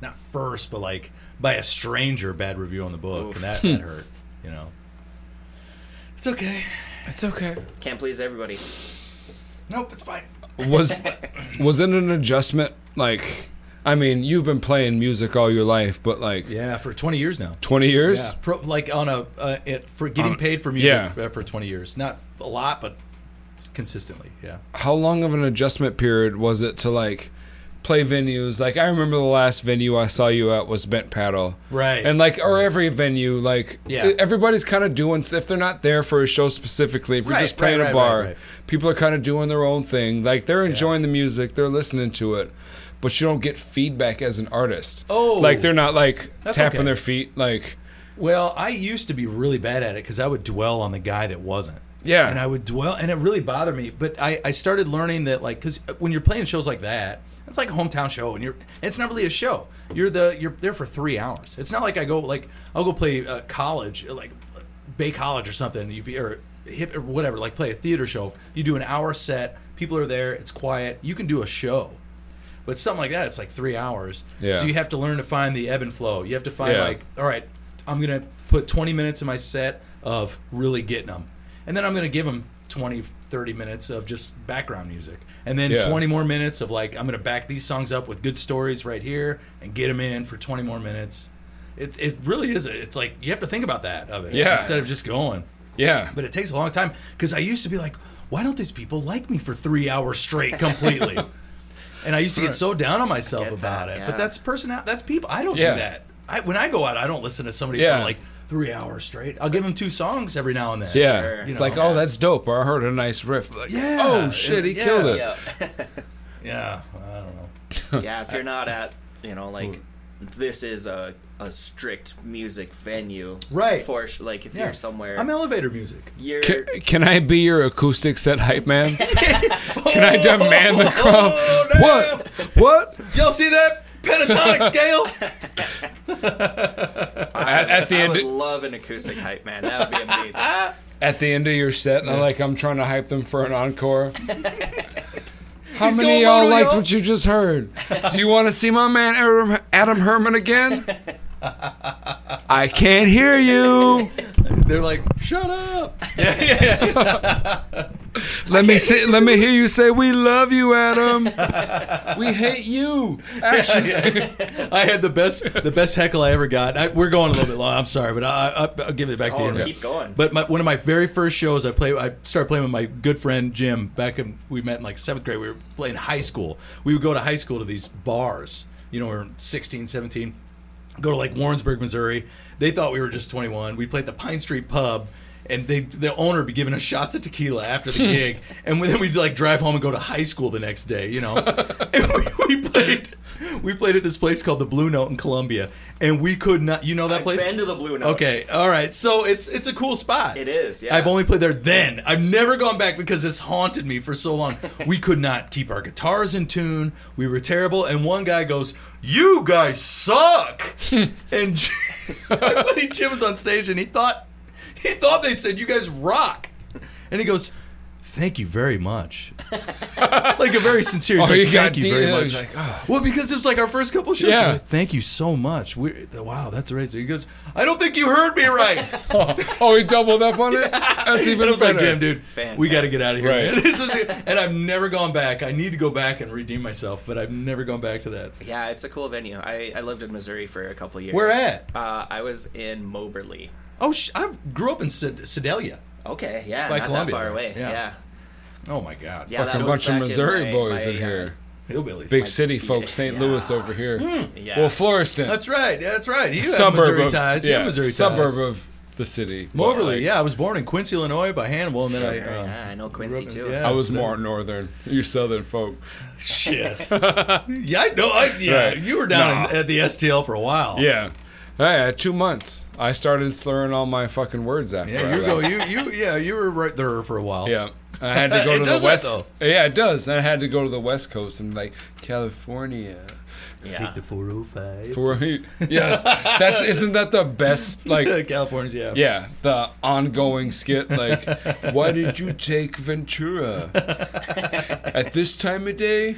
not first, but like by a stranger bad review on the book, and that, that hurt. You know, it's okay.
it's okay.
Can't please everybody.
Nope, it's fine.
was was it an adjustment like i mean you've been playing music all your life but like
Yeah, for 20 years now.
20 years
Yeah, pro, like on a uh, it, for getting paid for music
yeah.
uh, for 20 years. Not a lot, but consistently. Yeah.
how long of an adjustment period was it to like play venues like i remember the last venue i saw you at was bent paddle
Right.
and like or every venue like e,
Yeah.
everybody's kind of doing if they're not there for a show specifically if you're
Right,
just playing
right,
a
right,
bar
right, right.
people are kind of doing their own thing like they're enjoying the music they're listening to it but you don't get feedback as an artist
Oh.
like they're not like
That's
tapping
okay.
their feet like
Well, I used to be really bad at it because I would dwell on the guy that wasn't.
Yeah.
And I would dwell, and it really bothered me. But I, I started learning that, like, because when you're playing shows like that, it's like a hometown show, and you're it's not really a show. You're the you're there for three hours. It's not like I go like I'll go play uh, college, like Bay College or something. You be or hip or whatever, like play a theater show. You do an hour set. People are there. It's quiet. You can do a show. But something like that, it's like three hours.
Yeah.
So you have to learn to find the ebb and flow. You have to find
Yeah.
like all right, I'm gonna put 20 minutes in my set of really getting them, and then I'm gonna give them 20, 30 minutes of just background music, and then
Yeah.
20 more minutes of like I'm gonna back these songs up with good stories right here and get them in for 20 more minutes. It it really is. It's like you have to think about that of it
Yeah.
instead of just going.
Yeah.
But it takes a long time because I used to be like, why don't these people like me for three hours straight completely? And I used to get so down on myself
Get
about
that,
it.
yeah.
But that's personal. That's people. I don't
Yeah.
do that. I, when I go out, I don't listen to somebody
Yeah.
for like three hours straight. I'll give them two songs every now and then.
Yeah,
Sure.
it's
You know.
like, oh, that's dope. Or I heard a nice riff. Like,
Yeah.
Oh shit, he
Yeah.
killed it.
yeah.
Yeah. I don't know.
yeah, if you're not at, you know, like this is a a strict music venue,
Right.
For sh- like if
Yeah.
you're somewhere,
I'm elevator music.
you're
Can, can I be your acoustic set hype man? can I demand
Oh,
the crowd?
damn.
what? What?
Y'all see that pentatonic scale?
At, at the
I
end,
would love an acoustic hype man. That would be amazing.
at the end of your set, and I'm like, I'm trying to hype them for an encore. How
He's
many of
going
y'all
moto,
liked
y'all.
what you just heard? Do you want to see my man Adam, Adam Herman again? I can't hear you.
They're like, shut up. Yeah, yeah, yeah.
Let me see, let me hear you say we love you, Adam. we hate you. Actually,
I had the best the best heckle I ever got. I, we're going a little bit long. I'm sorry, but I, I, I'll give it back to
Oh,
you.
keep going.
But my, one of my very first shows, I play. I started playing with my good friend Jim back in. We met in like seventh grade. We were playing high school. We would go to high school to these bars. You know, we were 16, 17. Go to like Warrensburg, Missouri. They thought we were just 21. We played the Pine Street Pub. And they, the owner would be giving us shots of tequila after the gig, and then we'd like drive home and go to high school the next day, you know. and we, we played, we played at this place called the Blue Note in Columbia, and we could not, you know that place.
Bend to the blue note.
Okay, all right. So it's it's a cool spot.
It is, yeah.
I've only played there then. I've never gone back because this haunted me for so long. we could not keep our guitars in tune. We were terrible. And one guy goes, "You guys suck." and J- my buddy Jim was on stage, and he thought he thought they said, "You guys rock," and he goes. Thank you very much. like a very sincere. he's
Oh,
like,
you got
Thank you
deep-
very
it
much.
was like, oh.
Well, because it was like our first couple shows.
Yeah.
She's like, Thank you so much. We're, wow, that's right. So he goes, I don't think you heard me right.
oh, he doubled up on it. That's
and
even
I was
better.
like, Jam, dude, we got to
Fantastic.
get out of here.
Right.
man. This is it. And I've never gone back. I need to go back and redeem myself, but I've never gone back to that.
Yeah, it's a cool venue. I, I lived in Missouri for a couple years.
Where at?
Uh, I was in Moberly.
Oh, sh- I grew up in Sed- Sedalia.
Okay, yeah,
By
not
Columbia,
that far
right?
away.
Yeah.
Yeah,
Oh, my God.
Yeah,
Fucking
that was
bunch of
back in
Missouri
my-
boys
my,
in
uh, Hmm.
here.
Hillbillies.
Big city folks, St. Louis over here.
Yeah.
Well, Floriston,
That's right. Yeah, That's right. You have
suburb
Missouri
of
ties. You
yeah,
have Missouri ties.
suburb of the city.
Moberly,
Like,
yeah. I was born in Quincy, Illinois by Hannibal, and then I.
Yeah,
Uh,
I know Quincy
in-
too.
yeah.
I was
That's
more northern. You southern folk.
Shit. yeah, I know. I, yeah,
Right.
you were down
Nah.
in, at the STL for a while.
Yeah. I had two months. I started slurring all my fucking words after.
Yeah,
I
you
left.
go. You you yeah, you were right there for a while.
Yeah. I had to
It
go to
does
the
that,
west.
though.
yeah, it does. I had to go to the west coast and like California.
Yeah.
the 405.
For yes, that's isn't that the best like
California's yeah.
Yeah, the ongoing skit like, why did you take Ventura at this time of day?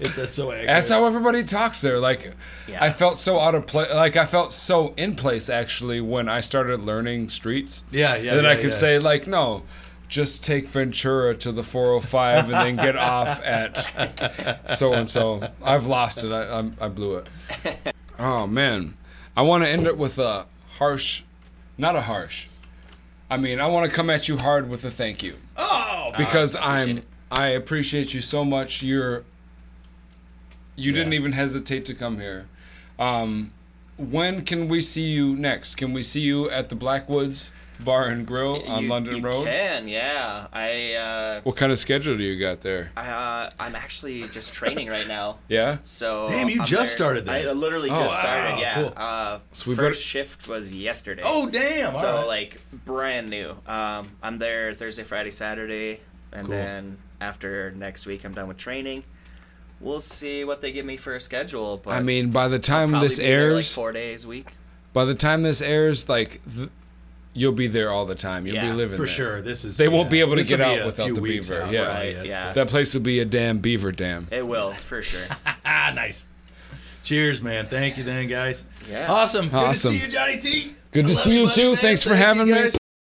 It's that's so accurate.
That's how everybody talks there. Like,
Yeah.
I felt so out of place. Like, I felt so in place actually when I started learning streets.
Yeah, yeah,
And then I
yeah,
could
yeah.
say like, no. Just take Ventura to the 405 and then get off at so and so. I've lost it. I, I, I blew it. Oh man, I want to end it with a harsh, not a harsh. I mean, I want to come at you hard with a thank you
oh,
because I'm. I appreciate you so much. You're. You didn't even hesitate to come here. Um, when can we see you next? Can we see you at the Blackwoods Bar and Grill on
You-
London
you
Road?
Can yeah. I uh,
What kind of schedule do you got there?
I uh, I'm actually just training right now.
Yeah.
So
Damn, you
I'm
just started that.
I literally just
wow,
started. Yeah.
cool.
Uh,
we
first
better-
shift was yesterday.
oh damn.
so
all right.
like brand new. Um, I'm there Thursday, Friday, Saturday, and
Cool.
then after next week, I'm done with training. We'll see what they give me for a schedule. But
I mean, by the time
probably
this
be there, like
airs, Oh,
four days a week.
by the time this airs, like th- you'll be there all the time. You'll
Yeah,
be living
for
there.
sure, this is
They won't be able to
this'll
get
be
out
a
without
few
the
weeks
beaver,
out,
yeah.
right,
Right,
that's
yeah.
good.
That place will be a damn beaver dam.
It will for sure.
Ah, nice. Cheers, man. Thank you, then, guys.
Yeah.
Awesome. Good to
Awesome.
see you, Johnny T.
Good
I
to
love
see you
buddy,
too.
man.
Thanks for
Thank you,
having me.
guys.